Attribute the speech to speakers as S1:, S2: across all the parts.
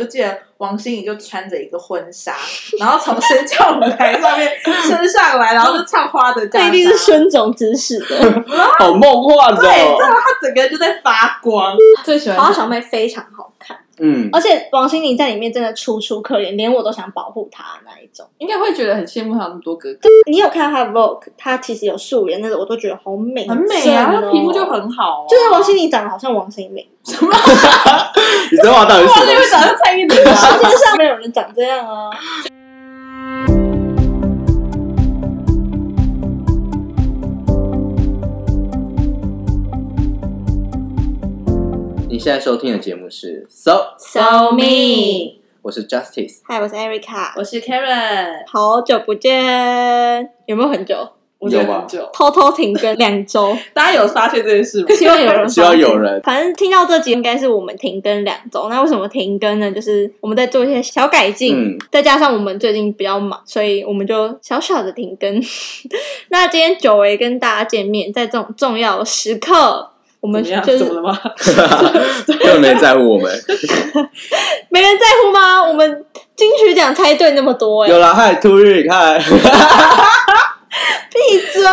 S1: 就记得王心怡就穿着一个婚纱， 然后从升降舞台上面升上来，然后就唱《花的嫁
S2: 这
S1: 纱
S2: 一》，定是孙总指使 的。
S3: 好梦幻的、
S1: 对，真
S3: 哦。
S1: 的，她整个人就在发光。最喜欢
S2: 花小妹非常好看，
S3: 嗯，
S2: 而且王心凌在里面真的楚楚可怜，连我都想保护她那一种。
S4: 应该会觉得很羡慕他那么多哥哥，
S2: 你有看她的 Vogue，她其实有素颜，但是我都觉得好美，
S1: 很美啊，
S2: 正哦
S1: 她皮肤就。很好、哦。
S2: 就是王心凌长得好像王心 凌，
S3: 你知道吗？到底是
S1: 哇，
S3: 什
S1: 那个
S3: 么？
S1: 长得蔡依林啊。
S2: 世界上没有人长这样啊！
S3: 你现在收听的节目是 So，
S4: So me
S3: 我是 Justice，
S2: 嗨，我是 Erica，
S4: 我是 Karen，
S2: 好久不见，有没有很久？
S4: 我觉
S3: 有
S4: 得
S3: 吧
S4: 很久，
S2: 偷偷停更 两周，
S1: 大家有发现这件事吗？
S2: 希望有 人发现，
S3: 希望有人
S2: 反正听到这集应该是我们停更两周。那为什么停更呢？就是我们在做一些小改进，
S3: 嗯
S2: 再加上我们最近比较忙，所以我们就小小的停更。 那今天久违跟大家见面，在这种重要的时刻，我
S1: 怎
S2: 们
S1: 么样？
S2: 就
S1: 怎
S2: 是
S1: 么了吗？
S3: 嗯 又没人在乎我们。
S2: 没人在乎吗？我们金曲奖猜对那么多、欸，
S3: 有啦，嗨，突日，嗨，
S2: 闭 嘴！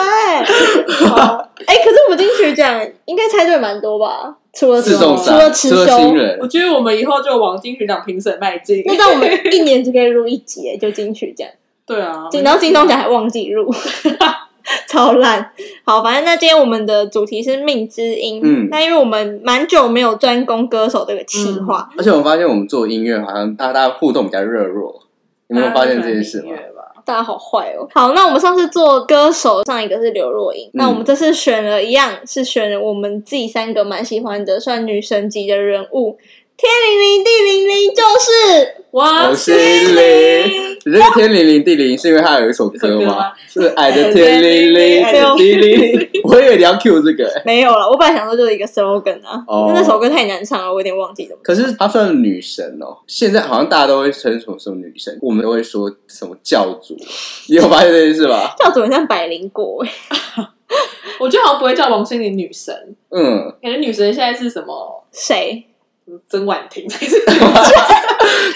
S2: 好哎、可是我们金曲奖应该猜对蛮多吧？除 了
S3: 自重
S2: 除
S3: 伤，
S2: 了吃
S3: 除了新
S2: 修，
S3: 人
S1: 我，觉得我们以后就往金曲奖评审迈进。
S2: 那在我们一年只可以录一集、欸，就金曲奖。
S1: 对啊，
S2: 进然后金钟奖还忘记入， 超烂。好，反正那今天我们的主题是命之音。
S3: 嗯
S2: 那因为我们蛮久没有专攻歌手这个企划，
S3: 而且我发现我们做音乐好像大家互动比较热络，你们有发现这 件事吗？
S1: 吧？
S2: 大家好坏哦。好，那我们上次做歌手，上一个是刘若英，那
S3: 嗯
S2: 我们这次选了一样是选了我们自己三个蛮喜欢的，算女神级的人物。天灵灵，地灵灵，就是
S3: 我
S1: 哇，
S3: 心灵，你这个天灵灵地灵是因为它有一首歌
S1: 有首歌
S3: 吗
S1: 吗？
S3: 是爱的天灵灵，
S2: 爱
S3: 爱
S2: 的
S3: 的地
S2: 天
S3: 灵灵。我以为你要 Q 这个、欸，
S2: 没有了。我本来想说就是一个 slogan 啊，
S3: 哦
S2: 但那首歌太难唱了，我有点忘记怎么。
S3: 可是她算女神哦。现在好像大家都会称什么什么女神，我们都会说什么教主，你有发现这件事吧？
S2: 叫主很像百灵果、 欸，
S1: 我觉得好像不会叫王心凌女神，
S3: 嗯，
S1: 感觉女神现在是什么？
S2: 谁？
S1: 曾婉婷还是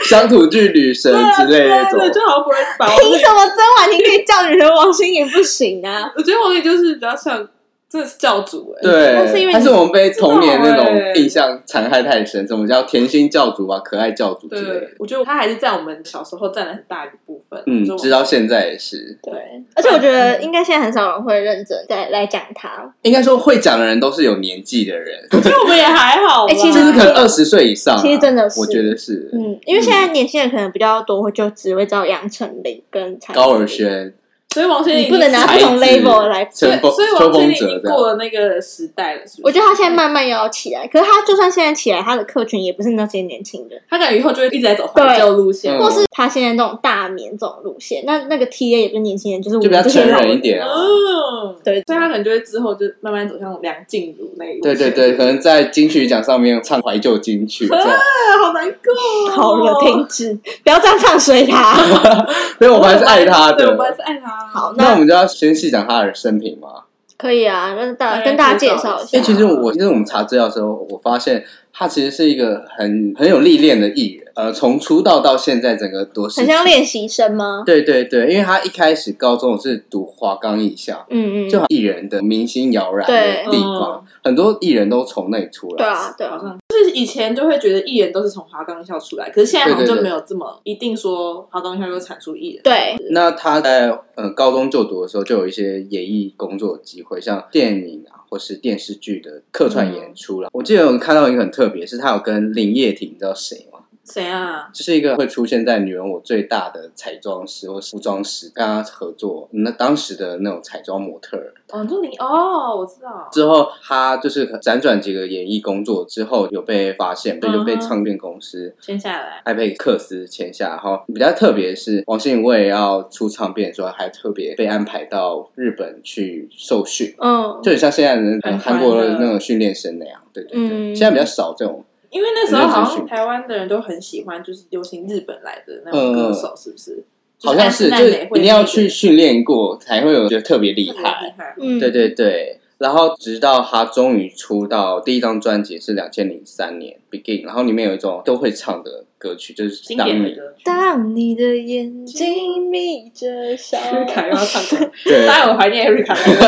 S3: 乡土剧女神之类那种
S1: 对，就好像不会把王
S2: 凭
S1: 心凌。
S2: 什么曾婉婷可以叫女人王心凌不行 啊？
S1: 我觉得王心凌就是比较像，真的是教主哎、
S2: 那是因
S3: 对，
S2: 为
S3: 还
S2: 你
S3: 是我们被童年那
S1: 不知道
S3: 种
S1: 欸
S3: 印象残害太深，什么叫甜心教主啊、可爱教主之类的。
S1: 对，我觉得她还是在我们小时候占了很大一部分。
S3: 嗯
S1: 就，
S3: 直到现在也是，
S2: 对，而且我觉得应该现在很少人会认真再来讲她。
S3: 应该说会讲的人都是有年纪的人，
S1: 其实我们也还好啦。
S2: 哎其实
S3: 就是可能二十岁以上啊、
S2: 其实真的是
S3: 我觉得是、
S2: 嗯，因为现在年轻人可能比较多，会就只会知道杨丞琳跟蔡依林
S3: 高尔，轩、
S1: 所以王心凌
S2: 你不能拿
S3: 才
S2: 不
S3: 子
S2: 同 label 来。
S1: 所以
S3: 乘风
S1: 所以
S3: 秋
S1: 王心凌
S3: 风
S1: 已
S3: 者
S1: 经
S3: 这样。
S1: 过了那个时代了，是不
S2: 我
S1: 是？
S2: 觉得她现在慢慢也要起来，可是她就算现在起来，她的客群也不是那些年轻人，
S1: 她感觉以后就会一直在走怀旧路线
S3: 对嗯。
S2: 或是她现在这种大棉这种路线，那那个 TA 也不是年轻人，就是我
S3: 就
S2: 们
S3: 比
S2: 这
S3: 较
S2: 些
S3: 成
S2: 老
S3: 人一
S2: 人。
S3: 点啊，
S1: 嗯，
S2: 对
S1: 所以她可能就会之后就慢慢走向梁静茹那一路
S3: 对
S1: 线
S3: 对对，可能在金曲奖上面唱怀旧金曲，这样。
S1: 啊， 好难过哦、
S2: 好了，停止，不要这样唱衰她。
S3: 所以 我们还是爱他
S1: 对，我
S3: 的
S1: 们。还是爱他。
S2: 好，
S3: 那我们就要先细讲他的生平嘛。
S2: 可以啊，那大
S1: 大概
S2: 跟大家介
S1: 介
S2: 绍
S1: 绍
S2: 一
S1: 一
S2: 下。
S3: 因为哎其实我，其实我们查资料的时候，我发现他其实是一个很很有历练的艺人。呃，从出道到现在，整个多是
S2: 很像练习生吗？
S3: 对对对，因为他一开始高中是读华冈艺校，
S2: 嗯嗯，
S3: 就艺人的明星摇篮的
S2: 对嗯
S3: 地方，很多艺人都从那里出来。
S2: 对啊对
S1: 好
S2: 啊，
S1: 像就是以前就会觉得艺人都是从华冈校出来，可是现在好像
S3: 对对
S1: 就
S3: 对
S1: 没有这么一定说华冈校就产出艺人。
S2: 对，
S3: 那他在呃高中就读的时候，就有一些演艺工作的机会，像电影啊，或是电视剧的客串演出啦。我记得我看到一个很特别，是他有跟林叶婷，你知道谁吗？
S1: 谁啊？
S3: 就是一个会出现在《女人我最大》的彩妆师或是服装师，跟他合作，那当时的那种彩妆模特儿。
S1: 哦，你说你哦，我知道。
S3: 之后，他就是辗转几个演艺工作之后，有被发现，对，
S1: 嗯哼
S3: 就被唱片公司
S1: 签下来，
S3: 艾佩克斯签下，然后比较特别的是王心凌为了要出唱片的时候，还特别被安排到日本去受训，
S2: 嗯
S3: 就很像现在的呃
S1: 很宽
S3: 韩
S1: 的
S3: 国的那种训练生那样，对对对。
S2: 嗯，
S3: 现在比较少这种，
S1: 因为那时候好
S3: 你认真
S1: 像
S3: 去
S1: 台湾的人都很喜欢，就是流行日本来的那种歌手，是不是？
S3: 呃好像
S1: 就
S3: 是就
S1: 安室奈
S3: 是
S1: 美惠
S3: 一定要去训练过才会有觉得特别
S1: 那
S3: 厉
S1: 个
S3: 害，
S1: 厉害。
S2: 嗯
S3: 对对对。然后直到他终于出道，第一张专辑是两千零三年《Begin》，然后里面有一种都会唱的歌曲，就是
S1: 经
S3: 当
S1: 典的
S3: 你
S1: 歌曲。
S2: 当你的眼睛眯着笑，
S4: 瑞卡又要唱歌，
S3: 对，
S4: 当然我怀念瑞卡的歌。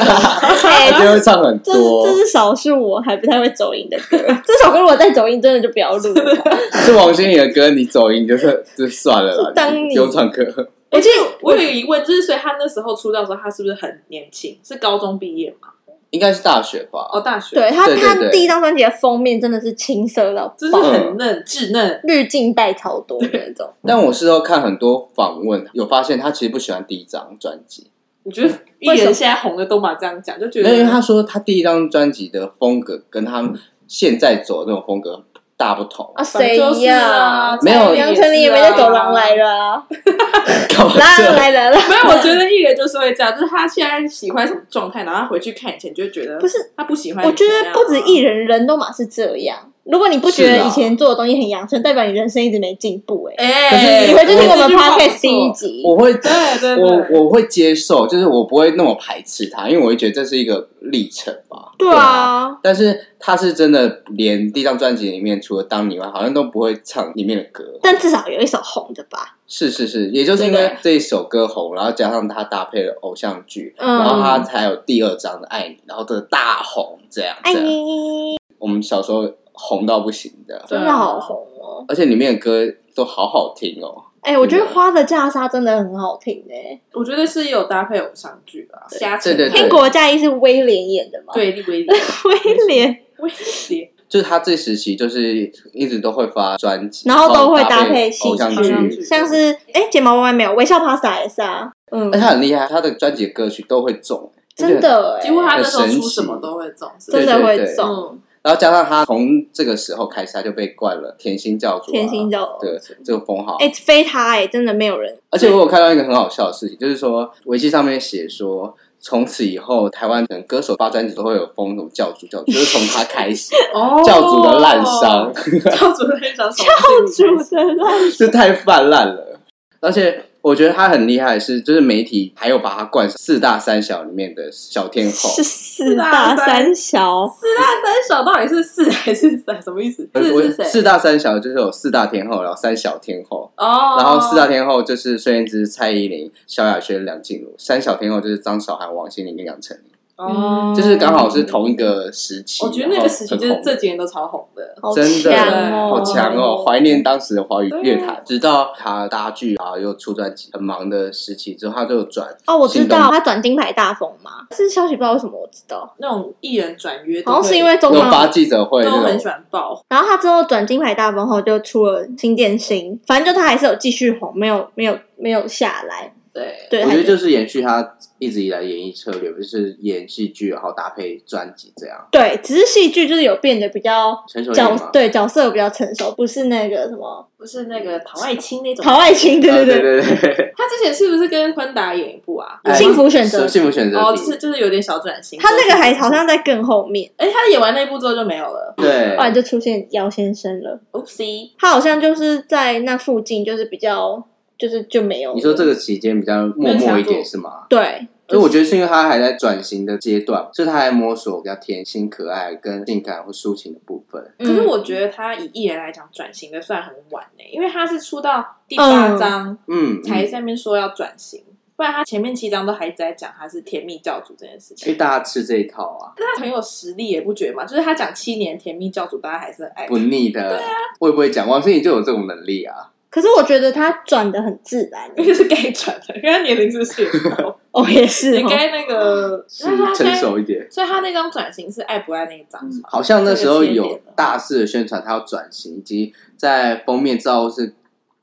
S2: 哎
S3: 就会唱很
S2: 这是
S3: 多
S2: 这，是少数我还不太会走音的 歌。这首歌如果再走音，真的就不要录了。
S3: 是王心凌的歌，你走音就是 就算了啦，
S2: 是当你
S3: 不用唱歌，
S1: 而且我哎有一个疑问，就是所以他那时候出道的时候，他是不是很年轻？是高中毕业嘛？
S3: 应该是大学吧？
S1: 哦，大学，
S2: 对他，
S3: 对对
S2: 他
S3: 对
S2: 第一张专辑的封面真的是青涩到
S1: 就是
S2: 爆，
S3: 嗯
S1: 很嫩稚嫩。
S2: 滤镜带超多的那种。
S3: 但我事后看很多访问，啊有发现他其实不喜欢第一张专辑，
S1: 我觉得艺
S2: 嗯为什么
S1: 人现在红的都嘛这样讲，就觉
S3: 因
S1: 得
S3: 为他说他第一张专辑的风格跟他们现在走的那种风格大不同，
S2: 啊，
S1: 反
S2: 谁
S1: 正就是
S2: 呀
S1: 啊？
S3: 没有
S1: 蔡依林
S2: 哎杨丞琳也没在走廊来
S1: 了。
S2: 了 啊，
S3: 搞不
S2: 来
S3: 清
S2: 了来了啦。
S1: 没有，我觉得艺人就是会这样，就是他现在喜欢什么状态，然后他回去看以前就会觉得
S2: 不是，
S1: 他不喜欢以
S2: 我觉
S1: 前那样啊。
S2: 得不止艺人，人都嘛是这样。如果你不觉
S3: 是
S2: 得
S3: 啊
S2: 以前做的东西很养生，代表你人生一直没进步哎。
S3: 可
S1: 哎，
S3: 是
S2: 你回去听我
S1: 这
S2: 们
S1: 句话不
S2: podcast 第一
S1: 错
S2: 集，
S3: 我会
S1: 对对对，
S3: 我我会接受，就是我不会那么排斥他，因为我会觉得这是一个历程吧。
S2: 对啊，
S3: 但是他是真的连第一张专辑里面，除了当你以外，好像都不会唱里面的歌。
S2: 但至少有一首红的吧。
S3: 是是是，也就是因
S2: 对
S3: 为
S2: 对
S3: 这一首歌红，然后加上他搭配了偶像剧，
S2: 嗯
S3: 然后他才有第二张的《爱你》，然后这大红这样。
S2: 爱
S3: 这样，
S2: 你，
S3: 我们小时候红到不行的，
S1: 对啊
S2: 真的好红哦。
S3: 而且里面的歌都好好听哦。
S2: 哎，我觉得《花的嫁纱》真的很好听哎。
S1: 我觉得是有搭配偶像剧吧，瞎扯
S3: 对对对
S2: 天国嫁衣是威廉演的吗？，
S1: 对利维 廉
S2: 威廉，
S1: 威廉，
S3: 就是他这时期就是一直都会发专辑，
S2: 然后都会
S3: 搭
S2: 搭配戏
S3: 偶像
S1: 偶像
S3: 剧
S1: 剧，
S2: 像是哎，睫毛弯弯没有，微笑 pasta 也是啊。嗯
S3: 而，哎且他很厉害，他的专辑歌曲都会中，
S2: 真。的哎，
S1: 几乎他那
S3: 很
S1: 时候
S3: 神
S1: 出
S3: 奇
S1: 什么都会中，是不
S2: 真
S1: 是
S2: 的
S3: 对
S2: 会
S3: 对对
S2: 中。
S1: 嗯，
S3: 然后加上他从这个时候开始，他就被冠了甜心教主、啊，
S2: 甜心教
S3: 对这个封号。啊
S2: 哎，非他哎，真的没有人。
S3: 而且我有看到一个很好笑的事情，就是说维基上面写说，从此以后台湾的歌手发专辑都会有封什么教主教主，就是从他开始
S1: 哦
S3: 教主的烂伤，，
S1: 教主的烂伤，教
S2: 主的烂，
S3: 就太泛滥了。而且我觉得他很厉害的是，就是媒体还有把他冠上四大三小里面的小天后，
S2: 是四大三小，
S1: 四大三小到底是四还是三？什么意思？
S3: 我
S1: 呃四
S3: 我
S1: 是谁？
S3: 四大三小就是有四大天后，然后三小天后。
S1: 哦，
S3: 然后四大天后就是孙燕姿、蔡依林、萧亚轩、梁静茹；三小天后就是张韶涵、王心凌跟杨丞琳，
S1: 哦，
S3: 就是刚好是同一个时期。
S1: 我觉得那个时期就是这几年都超红的，
S2: 好
S3: 真的
S2: 强哦，
S3: 好强哦，怀念当时的华语乐
S1: 啊
S3: 坛。直到他搭剧啊，又出专辑，很忙的时期之后，他就转
S2: 哦，我知
S3: 行动
S2: 道他转金牌大风嘛，这消息不知道为什么我知道，
S1: 那种艺人转约都
S2: 好
S1: 会，
S2: 像是因为中
S3: 有发
S2: 方。
S3: 记者会
S1: 都
S3: 那
S1: 很
S3: 种
S1: 喜。欢爆，
S2: 然后他之后转金牌大风后就出了新电星，反正就他还是有继续红，没有没有没有下来。
S1: 对，
S2: 对，
S3: 我觉
S2: 还
S3: 得就是延续他一直以来演艺策略，就是演戏剧，然后搭配专辑这样。
S2: 对，只是戏剧就是有变得比较
S3: 成熟一点
S2: 角
S3: 嘛。
S2: 对角色比较成熟，不是那个什么
S1: 不是那个陶爱卿那种，
S2: 陶爱卿，对
S3: 啊
S2: 对对，
S3: 对对对，
S1: 他之前是不是跟昆达演一部啊？
S3: 哎
S2: 幸福选择
S3: 幸福选择
S1: 哦，
S3: 题
S1: 就是就是有点小转型，
S2: 他那个还好像在更后面，
S1: 哎，他演完那部之后就没有了
S3: 对
S2: 后，来就出现姚先生了。
S1: ，Oopsie，
S2: 他好像就是在那附近，就是比较，就是就没有了。
S3: 你说这个期间比较默默一点是吗？
S2: 对，
S3: 所以我觉得是因为他还在转型的阶段，所以他还摸索比较甜心、可爱跟性感或抒情的部分。
S2: 可
S1: 可是我觉得他以艺人来讲转型的算很晚呢、因为他是出到第八章
S3: 嗯，
S1: 才
S3: 嗯
S1: 在那边说要转型，不然他前面七章都还一直在讲他是甜蜜教主这件事
S3: 因为
S1: 情。
S3: 大家吃这一套啊，
S1: 他很有实力，也不觉得嘛？就是他讲七年甜蜜教主，大家还是很爱他。
S3: 不腻的。会不会讲？王心凌就有这种能力啊。
S2: 可是我觉得他转的很自然。欸
S1: 因为是该转的，因为他年龄是不是也高
S2: 哦，也是
S1: 也
S2: 哦，
S1: 该那个，
S3: 是
S1: 但是他现
S3: 成
S1: 在，
S3: 熟一点。
S1: 所以他那张转型是爱不爱那一张是吧？
S3: 好像那时候
S1: 这个节
S3: 有
S1: 点了
S3: 大肆的宣传，他要转型，以及在封面照或是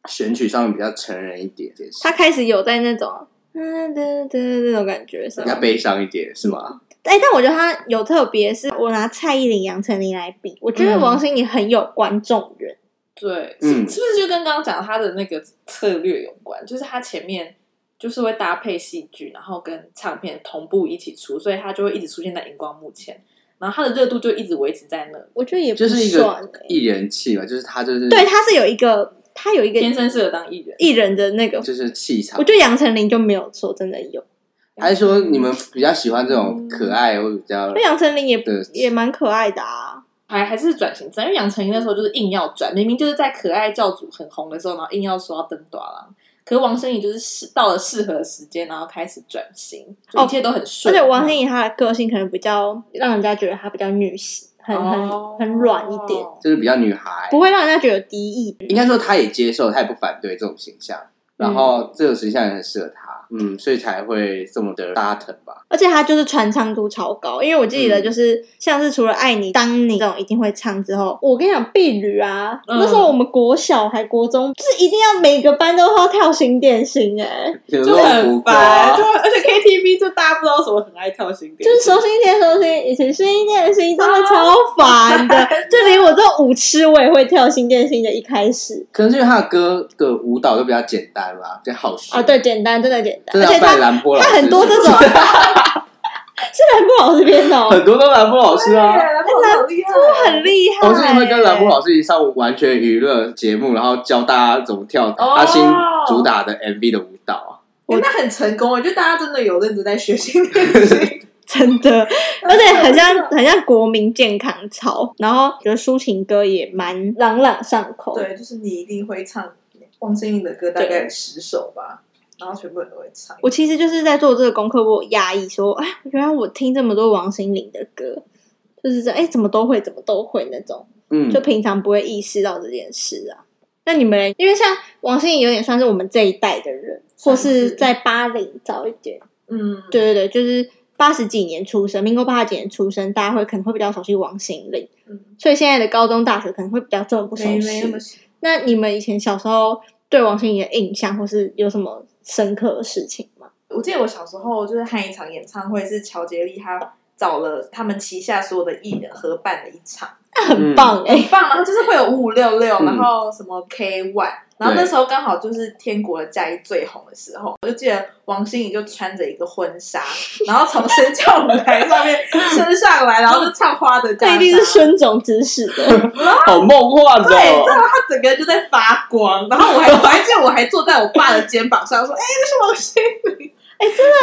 S3: 选取上面比较成人一点，也是
S2: 他开始有在那种嗯的的那种感觉是
S3: 比较
S2: 吗？
S3: 悲伤一点，是吗？
S2: 哎、但我觉得他有特别，是我拿蔡依林、杨丞琳来比，我觉得
S1: 嗯
S2: 王心凌很有观众缘。
S1: 对，是
S3: 嗯
S1: 是不是就跟刚刚讲他的那个策略有关？就是他前面就是会搭配戏剧，然后跟唱片同步一起出，所以他就会一直出现在荧光幕前，然后他的热度就一直维持在那里。
S2: 我觉得也不
S3: 就是一个
S2: 算、欸，
S3: 艺人气嘛，就是他就是
S2: 对，他是有一个，他有一个
S1: 天生适合当艺人，
S2: 艺人的那个。
S3: 就是气场
S2: 我。觉得杨丞琳就没有说真的有，
S3: 还是说你们比较喜欢这种可爱或者比较
S2: 因为杨丞琳也
S3: 对
S2: 也蛮可爱的啊。
S1: 还还是转型正，因为杨丞琳那时候就是硬要转，明明就是在可爱教主很红的时候，然后硬要说要登短郎。可是王心凌就是适到了适合的时间，然后开始转型，就
S2: 哦
S1: 一切都很
S2: 而
S1: 顺。
S2: 且王心凌她的个性可能比较让人家觉得她比较女性，很
S1: 哦
S2: 很很软一点，
S3: 就是比较女孩，
S2: 不会让人家觉得有敌意。
S3: 应该说她也接受，她也不反对这种形象，然
S2: 嗯
S3: 后这种形象也很适合她，嗯，所以才会这么的搭疼吧。
S2: 而且她就是传唱度超高，因为我记得
S1: 嗯
S2: 就是、像是除了爱你、当你这种一定会唱之后，我跟你讲婢女啊，
S1: 嗯
S2: 那时候我们国小还国中，就是一定要每个班都要跳新点心哎、
S3: 就
S1: 就很
S3: 啊
S1: 烦，就而且 KTV 就大家不知道为什么很爱跳新歌，
S2: 就是手心贴手心，以前新电心真的超 烦的，就连我这种舞痴我也会跳新电心的一开始
S3: 可能是因为她的歌的舞蹈都比较简单吧，比较好学
S2: 啊，，对，简单真的简单，
S3: 真
S2: 而
S1: 啊
S3: 的
S2: 且
S3: 要拜
S2: 他
S3: 兰波老师，
S2: 他很多这 种，是兰波老师编的哦，
S3: 很多都兰波老师啊。
S1: 好厉害，
S2: 很厉害。
S3: 我之前会跟兰波老师一起上完全娱乐节目，然后教大家怎么跳
S1: 哦
S3: 他新主打的 MV 的舞蹈。啊
S1: 我哎那很成功，我觉得大家真的有认真在学新练习，
S2: 真的， 而且很像很像国民健康操，然后觉得抒情歌也蛮朗朗上口。
S1: 对，就是你一定会唱王心凌的歌，大概十首吧，然后全部人都会唱。
S2: 我其实就是在做这个功课，我有压抑说，哎，原来我听这么多王心凌的歌，就是这样哎，怎么都会，怎么都会那种。
S3: 嗯，
S2: 就平常不会意识到这件事啊。那你们嘞，因为像王心凌有点算是我们这一代的人，
S1: 算
S2: 或
S1: 是
S2: 是在八零早一点，
S1: 嗯，
S2: 对对对，就是八十几年出生，民国八十几年出生，大家会可能会比较熟悉王心凌，
S1: 嗯，
S2: 所以现在的高中、大学可能会比较这么不熟
S1: 没没
S2: 悉
S1: 那。么
S2: 那你们以前小时候对王心凌的印象，或是有什么深刻的事情吗？
S1: 我记得我小时候就是看一场演唱会，是乔杰利他找了他们旗下所有的艺人合办的一场，
S2: 那很棒哎、
S1: 很棒。然后就是会有五五六六，
S3: 嗯
S1: 然后什么 K One，然后那时候刚好就是天国的嫁衣最红的时候，我就记得王心凌就穿着一个婚纱，然后从升降舞台上面升上来，然后就唱花的嫁
S2: 这
S1: 纱，
S2: 一定是孙总指使的，
S3: 好梦幻哦
S1: 对，然后他整个人就在发光，然后我还我还记得我还坐在我爸的肩膀上说：“哎、那是王心凌。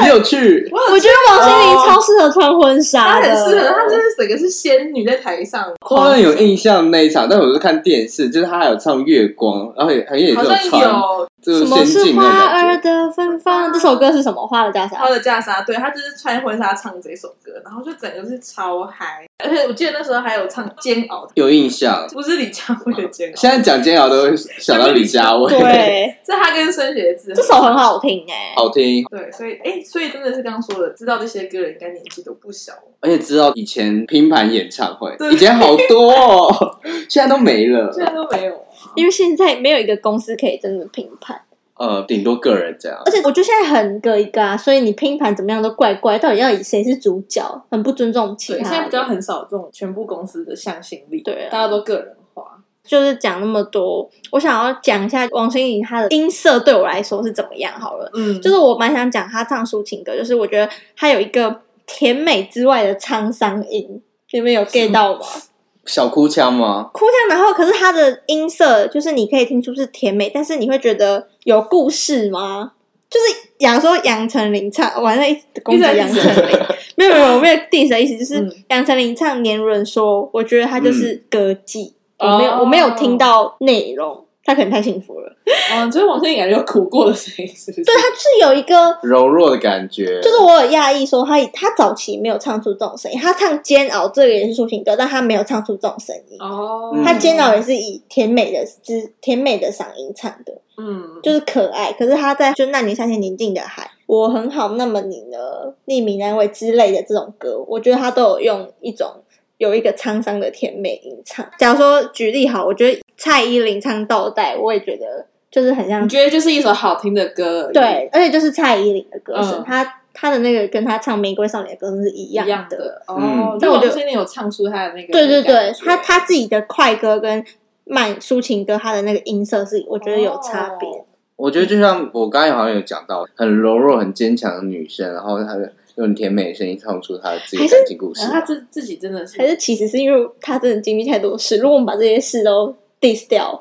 S3: 你有去”
S1: 我有
S2: 我觉得王心凌
S1: 哦
S2: 超适合穿婚纱
S1: 她
S2: 的，
S1: 很适合，她就是整个是仙女在台上，
S3: 我好像有印象那一场，但我是看电视，就是他还有唱《月光》，然后也好像也
S1: 好
S3: 是
S1: 像
S3: 穿，
S1: 有
S3: 就
S2: 什
S3: 是
S2: 么
S3: 仙
S2: 是
S3: 境
S2: 花
S3: 那种
S2: 儿
S3: 感觉。
S2: 的芬芳？这首歌是什么？花的叫
S1: 她
S2: 啥？
S1: 的嫁纱，对她就是穿婚纱唱这首歌，然后就整个是超嗨，而且我记得那时候还有唱《煎熬》，
S3: 有印象，
S1: 不是李佳慧的《煎熬》，
S3: 现在讲煎熬都会想到李佳薇，，
S2: 对，
S1: 是她跟孙学志，
S2: 这首很。好听哎、
S3: 好听，
S1: 对，所以哎、所以真的是刚刚说的，知道这些歌的人应该年纪都不小了。
S3: 而且知道以前拼盘演唱会，
S1: 对
S3: 以前好多，哦，现在都 没了，
S1: 现在都没有啊，
S2: 因为现在没有一个公司可以真的评判，
S3: 呃，顶多个人这样
S2: 而。且我觉得现在很一个一个啊，所以你拼盘怎么样都怪怪，到底要以谁是主角，很不尊重其
S1: 对，现
S2: 他
S1: 在比较
S2: 人。
S1: 很少这种全部公司的向心力，
S2: 对啊
S1: 大家都个人化。
S2: 就是讲那么多，我想要讲一下王心凌她的音色对我来说是怎么样好了。
S1: 嗯
S2: 就是我蛮想讲她唱抒情歌，就是我觉得她有一个甜美之外的沧桑音，你们有 get 到吗？
S3: 小哭腔吗？
S2: 哭腔，然后可是它的音色就是你可以听出是甜美，但是你会觉得有故事吗？就是讲说杨丞琳唱，完了一直攻击杨丞琳，没有没有，我没有 diss 的意思，就是
S1: 嗯
S2: 杨丞琳唱《年轮说》，我觉得她就是歌妓，我没有
S1: 哦
S2: 我没有听到内容，她可能太幸福了，
S1: 嗯，就是王心凌感觉有苦过的声音，是不是？对
S2: 她就是有一个。
S3: 柔弱的感觉，
S2: 就是我有讶异，说她她早期没有唱出这种声音，她唱《煎熬》这个也是抒情歌，但她没有唱出这种声音。
S1: 哦
S3: 嗯
S2: 她《煎熬》也是以甜美的、之甜美的嗓音唱的，
S1: 嗯，
S2: 就是可爱。可是他在就那年夏天宁静的海，我很好，那么你呢？匿名安慰之类的这种歌，我觉得他都有用一种有一个沧桑的甜美吟唱。假如说举例好，我觉得蔡依林唱《倒带》，我也觉得就是很像
S1: 你觉得就是一首好听的歌而已，
S2: 对，而且就是蔡依林的歌声，
S1: 嗯
S2: 她她的那个跟她唱《玫瑰少年》的歌声是一
S1: 一
S2: 样
S1: 样
S2: 的。
S1: 的。哦
S3: 嗯，
S1: 就
S2: 但我
S1: 王
S2: 就
S1: 心凌有唱出她的那个，
S2: 对对对，她她自己的快歌跟慢抒情歌，她的那个音色是我觉得有差别。
S1: 哦
S3: 我觉得就像我刚才好像有讲到，很柔弱、很坚强的女生，然后她的用甜美的声音唱出她自己的感情故事
S1: 然后。她自自己真的是
S2: 还是其实是因为他真的经历太多事，如果我们把这些事都 diss 掉，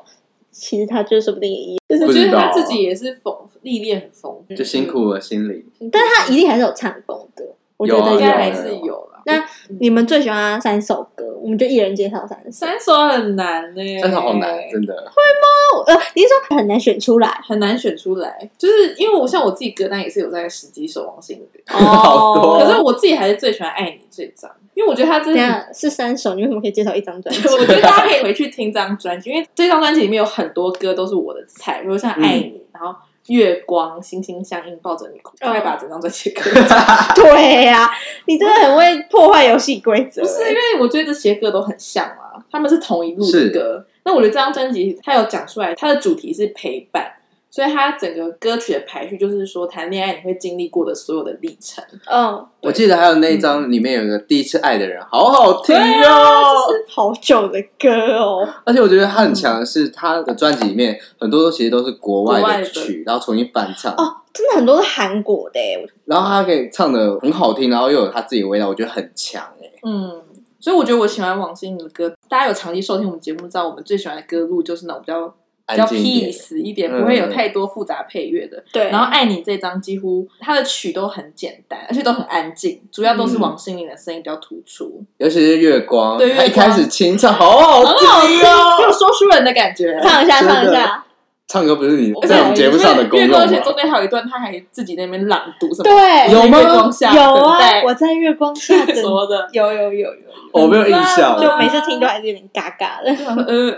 S2: 其实他就说不定也，就是
S1: 我觉得
S3: 不知道
S1: 她
S3: 啊
S1: 自己也是丰历练很丰富，
S3: 就辛苦了心灵，
S1: 嗯，
S2: 但
S1: 但
S2: 他一定还是有唱功的，我觉
S3: 有啊
S2: 得
S1: 应该
S3: 有啊
S1: 还
S2: 有。
S1: 是有了。
S2: 那你们最喜欢哪三首歌？我们就一人介绍三首。
S1: 三首很难呢、
S3: 真的好难，真的。
S2: 哦，呃，你是说很难选出来？
S1: 很难选出来，就是因为我像我自己歌单也是有在十几首王心凌，
S3: 好多
S1: 可是我自己还是最喜欢《爱你》这张，因为我觉得他真
S2: 等一
S1: 的
S2: 下是三首，你为什么可以介绍一张 专辑？
S1: 我觉得大家可以回去听这张专辑，因为这张专辑里面有很多歌都是我的菜，比如像《爱你》
S3: 嗯
S1: 然后《月光》《心心相印》《抱着你哭》，大概把整张专辑歌都唱
S2: 对呀、你真的很会破坏游戏规则。欸
S1: 不是因为我觉得这些歌都很像啊，他们是同一路的歌。那我觉得这张专辑它有讲出来，它的主题是陪伴。所以它整个歌曲的排序就是说，谈恋爱你会经历过的所有的历程，
S2: 嗯，
S3: 我记得还有那一张里面有一个第一次爱的人，好好听
S1: 嗯对啊
S3: 哦。
S2: 好久的歌哦，
S3: 而且我觉得他很强的是，他的专辑里面很多都其实都是国
S1: 国
S3: 外
S1: 外
S3: 的
S1: 的
S3: 曲，然后重新翻唱，
S2: 哦，真的很多是韩国的欸耶，
S3: 然后他可以唱的很好听，然后又有他自己的味道，我觉得很强哎。
S1: 嗯，所以我觉得我喜欢王心凌的歌。大家有长期收听我们节目，知道我们最喜欢的歌路就是那种比较比较
S3: 安静一点
S1: peace 一点，
S3: 嗯
S1: 不会有太多复杂配乐的。
S2: 对
S1: 然后《爱你》这张几乎它的曲都很简单，而且都很安静，主要都
S3: 嗯
S1: 是王心凌的声音比较突出，
S3: 尤其是月光，
S1: 对
S3: 他一
S1: 月光
S3: 开始清唱好好听
S1: 有
S3: 哦，
S1: 说书人的感觉。
S2: 唱一下，
S3: 真的
S2: 唱一下，
S3: 唱歌不是你
S1: 而
S3: 在
S1: 且
S3: 我们节目上的功
S1: 月
S3: 用啊
S1: 光，而且中
S3: 吗？
S1: 间还有一段，他还自己在那边朗读什么，
S2: 对，
S3: 有吗
S1: 月光下
S2: 有
S1: 等
S2: 啊，
S1: 待
S2: 我在月光下等，
S1: 说的，
S2: 有有有有，
S3: 我没有印象，欸
S1: 对
S2: 就每次听都还是有点嘎嘎的。
S1: 呃，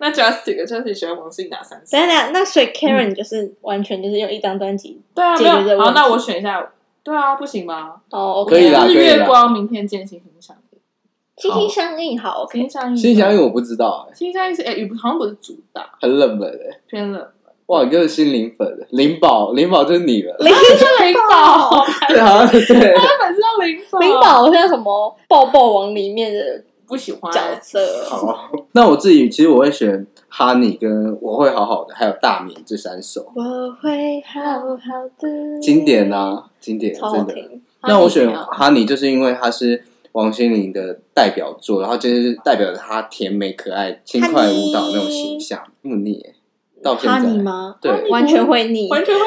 S1: 那 Justin，Justin 喜欢王心凌哪三首
S2: 等一？下，那所以 Karen 你就是完全就是用一张专辑
S1: 对啊，
S2: 解
S1: 没
S2: 决这个
S1: 有。
S2: 问
S1: 好，
S2: 题
S1: 那我选一下。对啊，不行吗？
S2: 哦，OK，
S3: 可以啦
S1: 就是
S3: 可以啦
S1: 月光，明天见，心心相印。
S2: 心心相印，好
S1: 心
S2: ，OK，
S1: 心相印，
S3: 心想因为我不知道，哎
S1: 心心相印是哎，也不好像不是主打，
S3: 很冷门哎。
S1: 偏冷。
S3: 哇，你就是心灵粉，灵宝，灵宝就是你了。
S2: 灵
S1: 是灵宝，
S3: 对，好像是对。
S1: 他本身叫灵宝，
S2: 灵宝好像什么抱抱王里面的
S1: 不喜欢。
S2: 角色，
S3: 好，那我自己其实我会选哈尼跟我会好好的，还有大明这三首
S2: 我会好好的，
S3: 经典，啊，经
S2: 嗯
S3: 典，
S2: 超好
S3: 真的。
S2: 听，
S3: 那我选
S1: 哈尼怎么样
S3: 哈尼，就是因为它是王心凌的代表作，然后就是代表着她甜美可爱、轻快舞蹈那种形象，不腻耶。到现
S2: 哈尼
S3: 在
S2: 吗？
S3: 对
S1: 哈尼
S2: 完全会腻，
S1: 完全会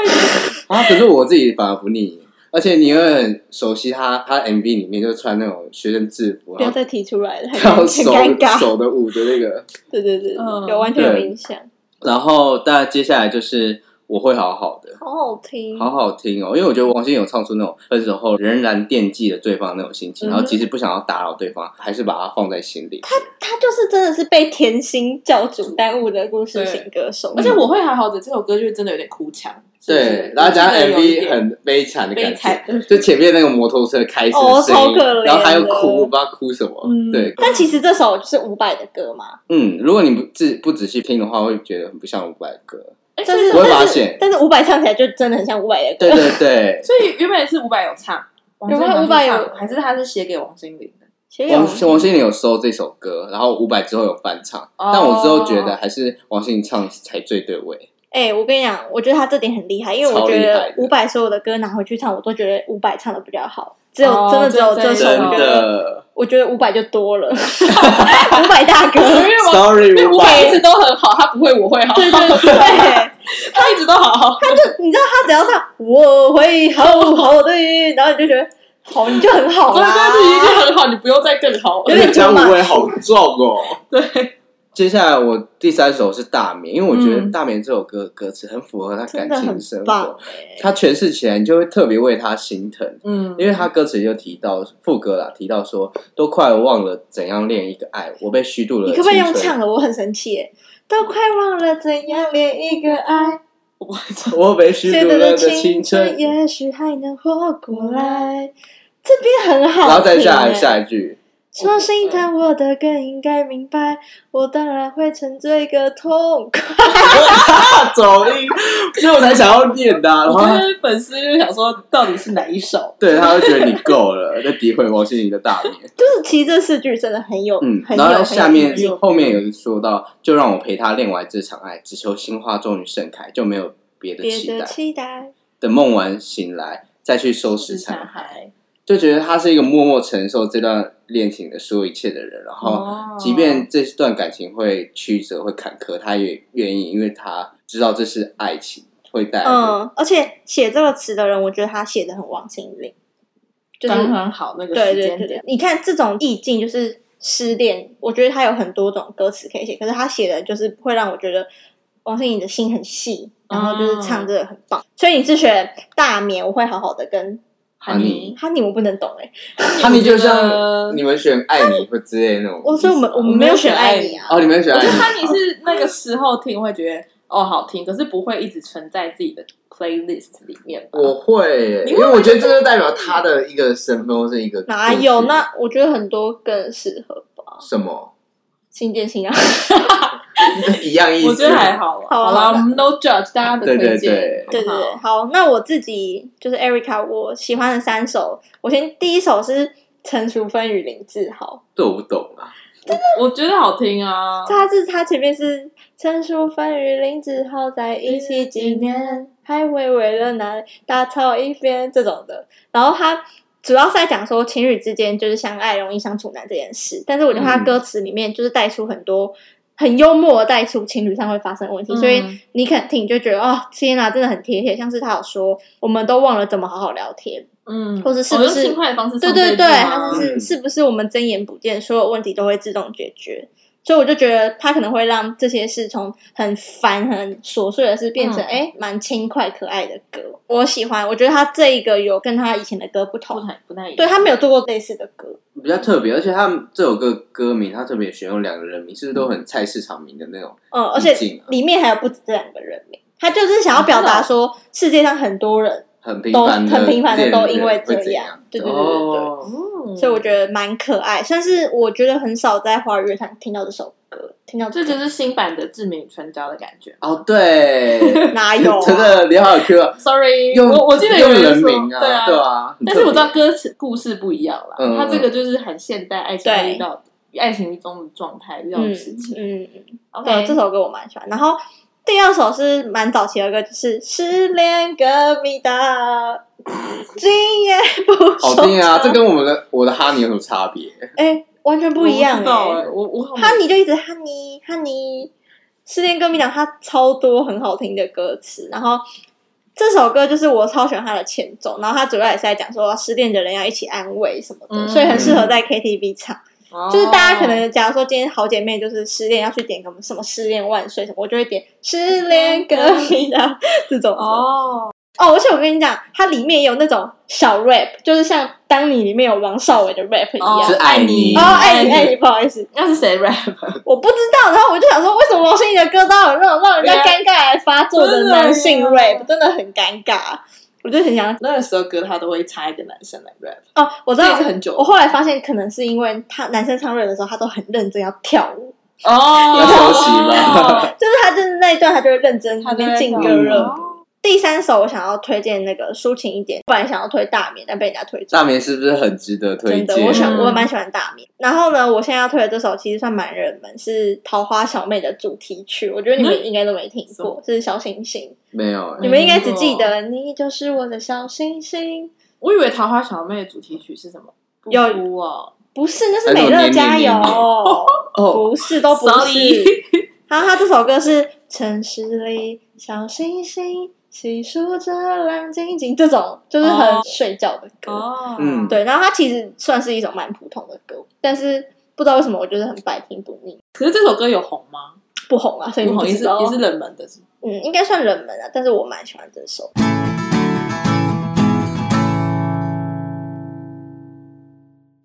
S3: 啊，可是我自己反而不腻耶，而且你会很熟悉她，她 MV 里面就穿那种学生制
S2: 不
S3: 服，
S2: 要
S3: 然后
S2: 再提出来了，很
S3: 跳
S2: 很
S3: 手
S2: 尴尬。
S3: 手的舞的那个。
S2: 对对对，对
S1: 嗯
S2: 有完全有
S3: 对
S2: 印象，
S3: 然后，大家接下来就是我会好好的，
S2: 好好听，
S3: 好好听哦，因为我觉得王心凌有唱出那种分手后仍然惦记着对方那种心
S1: 嗯
S3: 情，
S1: 哼
S3: 然后即使不想要打扰对方，还是把它放在心里。
S2: 他就是真的是被甜心教主耽误的故事型歌
S3: 嗯
S2: 手，
S1: 而且我会还好的这首歌就是真的有点哭腔，是不
S3: 对
S1: 是，
S3: 然后加上
S1: 就是有一
S3: MV
S1: 点
S3: 很悲惨的
S1: 悲
S3: 感觉，
S1: 惨。
S3: 就前面那个摩托车开车的
S2: 哦
S3: 声
S2: 超
S3: 音，
S2: 可怜的
S3: 然后他又哭，我不知道哭什么。
S1: 嗯
S3: 对，
S2: 但其实这首就是伍佰的歌嘛，
S3: 嗯，如果你不仔不仔细听的话，会觉得很不像伍佰的歌。
S1: 哎
S2: 但
S1: 所以
S2: 是
S3: 嗯我会
S2: 但
S3: 发
S2: 是
S3: 现，
S2: 但是伍佰唱起来就真的很像伍佰的歌。
S3: 对 对对，
S1: 所以原本是伍佰有唱，王心凌
S2: 有啊伍佰有
S1: 唱还是他是写给王心凌的？
S2: 其实有
S3: 王王心凌有收这首歌，然后伍佰之后有翻唱，
S1: 哦
S3: 但我之后觉得还是王心凌唱才最对味。
S2: 哎、我跟你讲，我觉得他这点很厉害，因为我觉
S3: 超厉害
S2: 得
S3: 的
S2: 伍佰所有的歌拿回去唱，我都觉得伍佰唱的比较好，只有、
S1: 哦
S2: 真的只有这
S1: 就这
S2: 首，
S1: 一首
S3: 真
S2: 我觉得
S3: 的
S2: 我觉得伍佰就多 了，伍佰大哥，
S1: 因为王
S3: ，Sorry
S1: 因为
S3: 伍
S1: 伍
S3: 佰
S1: 佰一直都很好，他不会我会好，
S2: 对对对，
S1: 他一直都好好。
S2: 你知道他只要唱我会好好的，然后你就觉得好，你就很好
S1: 对
S2: 啦，
S1: 对对，已经很好，你不用再更好 了。
S2: 有点
S3: 姜
S2: 重嘛
S3: 维好重哦。
S1: 对，
S3: 接下来我第三首是《大眠》，因为我觉得
S1: 嗯
S3: 《大眠》这首歌的歌词很符合他
S2: 真
S3: 感
S2: 的
S3: 情
S2: 很
S3: 生活
S2: 棒，，欸
S3: 他诠释起来你就会特别为他心疼，
S1: 嗯
S3: 因为他歌词就提到副歌啦，提到说都快忘了怎样恋一个爱，我被虚度了
S2: 你
S3: 青
S2: 可不
S3: 春。
S2: 可以用唱的？我很生气耶，都快忘了怎样恋一个爱，
S1: 我不会唱
S3: 我被虚
S2: 觉
S3: 度
S2: 得
S3: 了
S2: 的
S3: 的青春。
S2: 也许还能活过来。这边很好听耶，欸
S3: 然后再下来下一句，
S2: 说心疼我的更应该明白，我当然会沉醉个痛快。
S3: 大走 音，所以我才想要念的啊、然
S1: 我
S3: 后
S1: 觉
S3: 他
S1: 得粉丝就想说，到底是哪一首？
S3: 对他会觉得你够了，在诋毁王心凌的《大眠》。
S2: 就是其实这四句真的很有，
S3: 嗯，
S2: 很有
S3: 然后下面
S2: 很有
S3: 后面有说到，就让我陪他练完这场爱，只求心花终于盛开，就没有别的
S2: 别
S3: 期
S2: 的
S3: 待。
S2: 期待，
S3: 等梦完醒来，再去收拾
S1: 残
S3: 残骸，
S1: 骸。
S3: 就觉得他是一个默默承受这段恋情的所有一切的人。然后，
S1: 哦
S3: 即便这段感情会曲折、会坎坷，他也愿意，因为他知道这是爱情会带来的。
S2: 嗯嗯，而且写这个词的人，我觉得他写的很王心凌，就是
S1: 刚刚好那个
S2: 对
S1: 时
S2: 对
S1: 间
S2: 对
S1: 点
S2: 对，，你看这种意境就是失恋，我觉得他有很多种歌词可以写，可是他写的就是会让我觉得王心凌的心很细，然后就是唱真的很棒。所以你是选大眠，我会好好的跟
S3: 哈尼，
S2: 哈尼，我不能懂哎、
S3: 哈尼就
S1: 呃
S3: 像你们选爱你不之类那种意思吗。
S2: 我所以我们我们
S1: 我
S2: 没
S1: 没
S2: 有
S1: 有
S2: 选
S1: 选
S2: 爱
S1: 爱
S2: 你
S1: 你
S2: 啊，
S3: 哦，你们选
S1: 我
S3: 爱
S1: 觉得
S3: 你，
S1: 哈尼是那个时候听会觉得哦好听，可是不会一直存在自己的 playlist 里面吧。
S2: 啊
S3: 我会，
S1: 你会
S3: 因为我觉得这就代表他的一个身份或是一个
S2: 哪
S3: 故事
S2: 有？那我觉得很多更适合吧，
S3: 什么
S2: 新建新啊，
S3: 一样意思？
S1: 我觉得还好啦，
S2: 好啊
S1: 好啦我们，no judge 大家的
S3: 对对
S1: 推荐，
S3: 对
S2: 对对
S1: 好不
S2: 对
S1: 好，
S2: 好，那我自己就是 Erica，我喜欢的三首，我先第一首是陈淑芬与林志豪。
S3: 这我不懂啊。
S1: 我觉得好听啊。
S2: 他是他前面是陈淑芬与林志浩在一起几年，还为为了男大吵一遍这种的。然后他主要是在讲说情侣之间就是相爱容易相处难这件事，但是我觉得他
S3: 嗯
S2: 歌词里面就是带出很多。很幽默，带出情侣上会发生的问题，
S1: 嗯
S2: 所以你肯定就觉得哦，天哪，真的很贴切。像是他有说，我们都忘了怎么好好聊天，
S1: 嗯，
S2: 或者是
S1: 我
S2: 不
S1: 用
S2: 是
S1: 轻快的方式
S2: 对
S1: 唱
S2: 对
S1: 这句
S2: 对，
S1: 吗
S2: 他就是
S3: 嗯
S2: 是不是我们睁眼不见，所有问题都会自动解决？所以我就觉得他可能会让这些事从很烦、很琐碎的事变成
S1: 嗯
S2: 哎蛮、轻快可爱的歌。我喜欢，我觉得他这一个有跟他以前的歌不
S1: 不
S2: 同，
S1: 太不太一样
S2: 对他没有做过类似的歌。
S3: 比较特别，而且他们这首歌歌名，他特别选用两个人名，是不是都很菜市场名的那种？
S2: 嗯，而且
S3: 意境啊
S2: 里面还有不止这两个人名，他就是想要表
S1: 哦
S2: 达说世界上很多人
S3: 很平
S2: 都
S3: 凡的，
S2: 很平凡的都因为
S3: 这
S2: 这样
S3: 样，
S2: 对对对对对
S3: 哦
S1: 嗯，
S2: 所以我觉得蛮可爱，算是我觉得很少在华语乐坛听到这首歌，听到
S1: 这
S2: 首
S1: 就是新版的《志明与春娇》的感觉。
S3: 哦，对，
S2: 歌 哪 有、啊？
S3: 真的你好 Q 啊，
S1: Sorry，
S3: 用
S1: 我我记得有
S3: 用
S1: 人
S3: 人
S1: 说，
S3: 名啊，
S1: 对
S3: 对啊，很
S1: 但是我知道
S3: 特
S1: 歌词故事不一样啦，
S3: 嗯
S1: 它这个就是很现代爱情
S2: 对
S1: 遇到爱情中的状态遇到
S2: 嗯
S1: 的事情。
S2: 嗯，嗯对，
S1: OK，
S2: 这首歌我蛮喜欢。然后第二首是蛮早期的歌，就是《失恋歌迷的今夜不
S3: 别好
S2: 收
S3: 听啊，
S2: 场
S3: 这跟我们的我的哈尼有什么差别？
S2: 哎、完全不一样
S1: 我知
S2: 哎、
S1: 道哎，我我好
S2: 哈尼就一直哈尼哈尼，失恋歌迷讲他超多很好听的歌词，然后这首歌就是我超喜欢它的前奏，然后它主要也是在讲说失恋的人要一起安慰什么的，
S1: 嗯
S2: 所以很适合在 KTV 唱。
S1: 哦
S2: 就是大家可能假如说今天好姐妹就是失恋要去点个什么失恋万岁什么，我就会点失恋歌迷啊这种的
S1: 哦，
S2: 哦，而且我跟你讲，它里面有那种小 rap，就是像《当你》里面有王少伟的 rap 一
S1: 哦
S2: 样。
S3: 是爱你
S2: 哦，爱你
S1: 爱
S2: 爱你，不好意思，
S1: 那是谁 rap？
S2: 我不知道。然后我就想说，为什么王心凌的歌都有那种让人家尴尬来发作的男性
S1: 啊真的耶
S2: rap，真的很尴尬。我就很想
S1: 那个时候歌他都会插一个男生来 rap，
S2: 哦，我知
S1: 这
S2: 道
S1: 也是，很久
S2: 我后来发现可能是因为他男生唱 rap 的时候，他都很认真要跳舞，
S1: 哦
S3: 要休息吧。
S2: 就是他就是那一段，他就会认真
S1: 他
S2: 里面劲
S1: 进
S2: 歌
S3: 跳舞
S2: 热
S3: 了
S2: 舞。第三首我想要推荐那个抒情一点，本来想要推大眠，但被人家推荐。
S3: 大眠是不是很值得推
S2: 真的，
S3: 荐？
S2: 我喜欢，
S1: 嗯
S2: 我蛮喜欢大眠。然后呢，我现在要推的这首其实算蛮热门，是《桃花小妹》的主题曲，我觉得你们应该都没听
S1: 什
S2: 过
S1: 么，
S2: 这是小星星，
S3: 没有
S2: 你
S3: 欸，
S2: 们应该只记得你就是我的小星星，
S1: 我以为《桃花小妹》的主题曲是什么？不
S2: 有
S1: 哭哦，
S2: 不是，那是美乐加油
S3: 还有那种黏黏黏，
S2: 不是，都不是
S1: Sorry。
S2: 然后他这首歌是《城市里小星星细数着亮晶晶》，这种就是很
S1: 哦
S2: 睡觉的歌。
S1: 哦，
S3: 嗯
S2: 对，然后它其实算是一首蛮普通的歌，但是不知道为什么我觉得很百听不腻，
S1: 可是这首歌有红吗？
S2: 不红啊，所以
S1: 不红也
S2: 知
S1: 是
S2: 道
S1: 也是冷门的，是吗
S2: 嗯，应该算冷门啊，但是我蛮喜欢这首。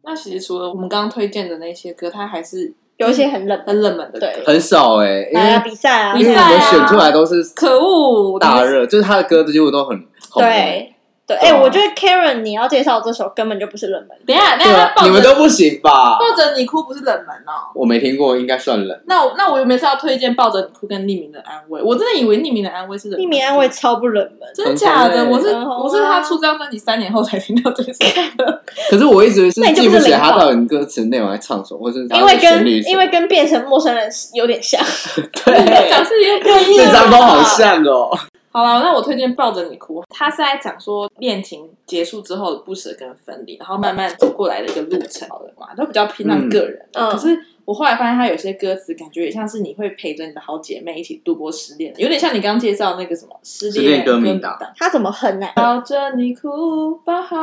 S1: 那其实除了我们刚刚推荐的那些歌，它还是
S2: 有一些很冷门
S1: 很冷门的
S2: 对
S1: 歌。
S3: 很少哎，因
S2: 来啊，
S3: 为
S2: 比赛啊，
S1: 嗯比
S3: 因为
S1: 赛
S3: 我
S1: 啊
S3: 们选出来都是
S1: 可恶，
S3: 大热，就是他的歌几乎都很红。，
S2: 对
S1: 哦
S2: 对，哎、
S3: 对啊
S2: 我觉得 Karen 你要介绍这首根本就不是冷门
S1: 你！等一下，等一
S3: 对
S1: 下
S3: 啊，，你们都不行吧？
S1: 抱着你哭不是冷门哦。
S3: 我没听过，应该算冷。
S1: 那我那我有没有是要推荐抱着你哭跟匿名的安慰？我真的以为匿名的安慰是冷门
S2: 匿名安慰超不冷门，
S1: 真假的？
S3: 很红
S1: 我
S3: 欸
S1: 是
S2: 很红啊
S1: 我是他出这张专辑三年后才听到这首歌。
S3: 可是我一直是
S2: 那你就
S3: 记
S2: 不是
S3: 起来
S2: 零号
S3: 他到底歌词内容在唱什么，或者是他
S2: 因为
S3: 的旋
S2: 跟
S3: 律是什么
S2: 因为跟变成陌生人有点像，
S1: 讲
S3: 对，
S1: 是也
S2: 有一
S3: 这
S2: 点
S3: 张都好像哦。
S1: 好了，那我推荐《抱着你哭》，他是在讲说恋情结束之后的不舍跟分离，然后慢慢走过来的一个路程，好了嘛，都比较偏向个人。
S2: 嗯嗯
S1: 可是我后来发现，他有些歌词感觉也像是你会陪着你的好姐妹一起度过失恋，有点像你刚介绍那个什么失
S3: 失恋歌
S1: 歌
S3: 名
S1: 名
S3: 档
S1: 档。
S2: 他怎么哼呢、啊？
S1: 抱着你哭吧，好，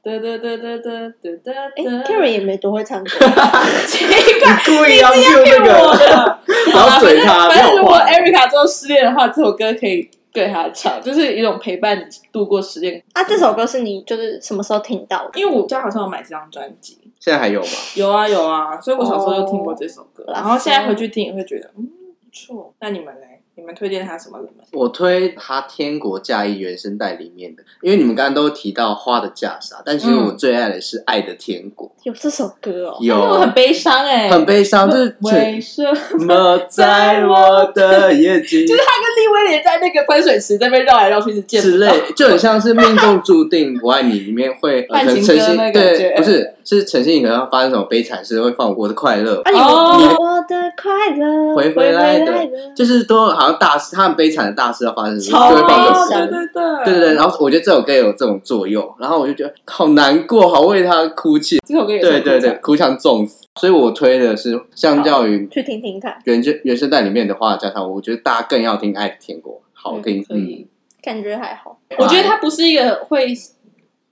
S1: 得得得得得得得
S2: 哎
S1: 得。
S2: ，Karen 也没多会唱歌，
S1: 奇怪，
S3: 故意要 Q 这
S1: 我
S3: 个，
S1: 的。
S3: 然后嘴他，
S1: 反正如果
S3: 啊没有话
S1: Erica 之后失恋的话，这首歌可以对她唱，就是一种陪伴你度过失恋。
S2: 啊，这首歌是你就是什么时候听到的？
S1: 因为我家好像有买这张专辑，
S3: 现在还有吗？
S1: 有啊有啊，所以我小时候就听过这首歌，
S2: 哦
S1: 然后现在回去听也会觉得，嗯，不错。那你们呢？你们推荐他什么？你们
S3: 我推他《天国嫁衣》原声带里面的，因为你们刚刚都提到《花的嫁纱》，但其实我最爱的是《爱的天国
S2: 有这首歌哦》，。
S1: 因为我很
S3: 有
S1: 悲伤哎、
S3: 很悲伤，就是
S1: 为什么？
S3: 怎么在我 的眼睛
S1: 就是他跟利威廉在那个喷水池在被绕来绕去是见
S3: 之
S1: 不到。
S3: 类，就很像是命中注定我爱你里面 会呃
S1: 爱
S3: 可能
S1: 情
S3: 陈
S1: 歌
S3: 信
S1: 那个感
S3: 对
S1: 觉
S3: 不是是陈信可能发生什么悲惨事会放我的快乐
S2: 啊，你们、
S1: 哦
S2: 你们我的快乐
S3: 回
S2: 回
S3: 来的
S2: 来
S3: 就是都好像大事，他很悲惨的大事要发生，就
S1: 哦
S3: 会放这
S2: 悲
S3: 首
S2: 伤
S3: 歌
S1: 对。对对
S3: 对对对，然后我觉得这首歌有这种作用，然后我就觉得好难过，好为他哭泣，
S1: 这首歌也是
S3: 对对
S1: 很
S3: 对，哭像粽子。所以我推的是，相较于
S2: 去听听看，
S3: 原声原声带里面的话，加上我觉得大家更要听《爱的天国》，好听，
S1: 可以
S3: 嗯，
S2: 感觉还好。
S1: 我觉得它不是一个会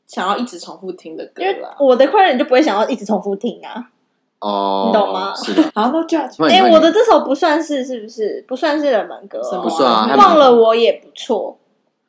S1: 想要一直重复听的歌
S2: 因为
S1: 啦。
S2: 我的快乐你就不会想要一直重复听啊。
S3: 哦，
S2: 你懂吗
S3: 是的，
S1: 好，那这样子
S3: 哎
S2: 哎、我的这首不算是是不是不算是冷门歌、
S1: 什么
S2: 哦？
S1: 啊
S3: 不算啊，还蛮
S2: 忘了我也不错，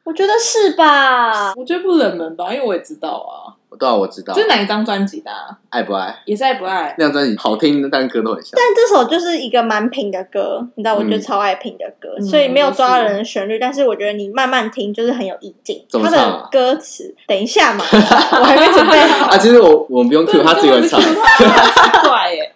S2: 我觉得是吧？
S1: 我觉得不冷门吧，因为我也知道啊。
S3: 对啊，我知
S2: 哦
S3: 道
S1: 这，是哪一张专辑的、啊？
S3: 爱不爱
S1: 也是爱不爱？
S3: 那张专辑好听，但歌都很像。
S2: 但这首就是一个蛮平的歌，你知道，我就
S3: 嗯
S2: 超爱平的歌，
S1: 嗯
S2: 所以没有抓人的旋律，但是我觉得你慢慢听就是很有意境。
S3: 怎么
S2: 它
S3: 唱啊
S2: 的歌词，等一下嘛， 我还没准备好。
S3: 啊，其实我我不用 Q，他自己
S1: 啊
S3: 会唱。
S1: 奇怪 耶。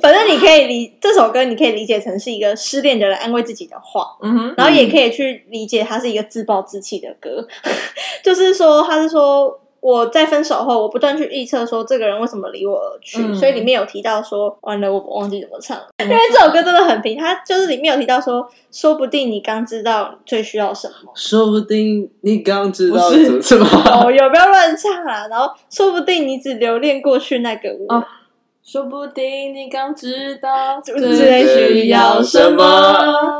S2: 反正你可以理这首歌，你可以理解成是一个失恋的人安慰自己的话，
S1: 嗯哼，
S2: 然后也可以去理解它是一个自暴自弃的歌， 就是说他是说。我在分手后，我不断去预测说这个人为什么离我而去，
S1: 嗯
S2: 所以里面有提到说，完了我忘记怎么唱了，因为这首歌真的很平，它就是里面有提到说，说不定你刚知道你最需要什么，
S3: 说不定你刚知道
S1: 不是
S3: 是是吗？
S2: 哦，有不要乱唱啊，然后说不定你只留恋过去那个我，
S1: 哦说不定你刚知道最
S2: 最
S1: 需要什么。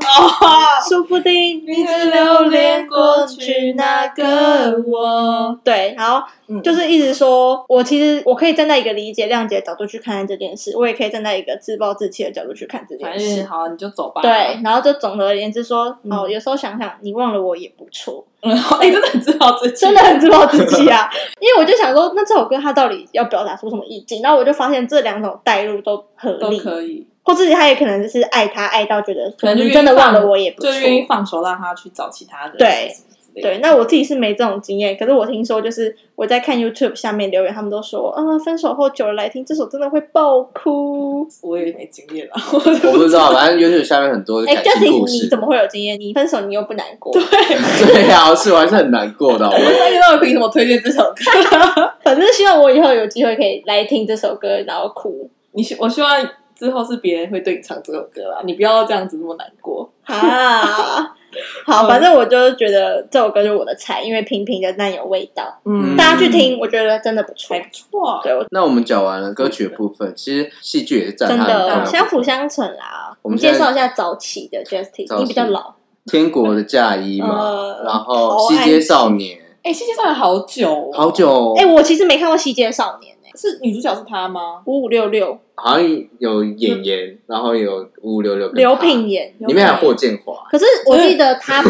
S2: 说不定
S1: 你
S2: 你
S1: 只
S2: 只
S1: 留
S2: 留
S1: 恋
S2: 恋
S1: 过
S2: 过
S1: 去
S2: 去
S1: 那
S2: 那
S1: 个
S2: 个
S1: 我
S2: 我。对，然后
S1: 嗯
S2: 就是一直说，我其实我可以站在一个理解、谅解的角度去看待这件事，我也可以站在一个自暴自弃的角度去看这
S1: 反
S2: 件
S1: 正
S2: 事。
S1: 好，你就走吧。 哎
S2: 对，，然后就总而言之说，
S1: 嗯
S2: 哦，有时候想想，你忘了我也不错，
S1: 嗯，好，哎， 真的很知道自己，
S2: 真的很自暴自弃啊。 因为我就想说，那这首歌它到底要表达出什么意境？然后我就发现这两种代入都合
S1: 都
S2: 理，
S1: 可以，
S2: 或自己他也可能就是爱他爱到觉得，
S1: 可能就
S2: 你真的
S1: 愿意
S2: 忘
S1: 放
S2: 了我也不
S1: 就
S2: 错，
S1: 愿意放手让他去找其他人。
S2: 对
S1: 之类的，
S2: 对，那我自己是没这种经验，可是我听说就是我在看 YouTube 下面留言，他们都说，啊、分手后久了来听这首真的会爆哭。
S1: 我也没经验了。
S3: 我不知道，反正 YouTube 下面很多
S2: 哎
S3: 感情
S2: ，Justin，
S3: 故
S2: 你
S3: 事
S2: 怎。么会有经验？你分手你又不难过，
S3: 对啊，是我还是很难 过的。哦
S1: 我
S3: 我
S1: 三个到底凭什么推荐这首歌？
S2: 反正希望我以后有机会可以来听这首歌，然后哭。
S1: 你希我希望之后是别人会对你唱这首歌啦，你不要这样子那么难过。
S2: 啊，好，反正我就觉得这首歌就是我的菜，因为平平的但有味道，
S1: 嗯
S2: 大家去听，我觉得真的不错
S1: 还。不错。
S2: 对，我
S3: 那我们讲完了歌曲的部分，其实戏剧也是占
S2: 真
S3: 它很大
S2: 的
S1: 嗯
S3: 部分
S2: 相辅相成啦。
S3: 我们
S2: 介
S3: 现在
S2: 绍一下早起的 Justin，
S3: 早
S2: 你比较
S3: 起
S2: 老，
S3: 天国的嫁衣嘛，
S2: 呃
S3: 然后
S2: 好
S3: 西
S2: 爱
S3: 街少年，
S1: 哎，谢谢上了好久哦，
S3: 好久哦，
S2: 哎、我其实没看过《西街少年》欸呢，
S1: 是女主角是她吗？
S2: 五五六六。
S3: 好像有演员，然后有五五六六跟他
S2: 刘品，言。
S3: 里面还有霍建华，
S2: 可是我记得他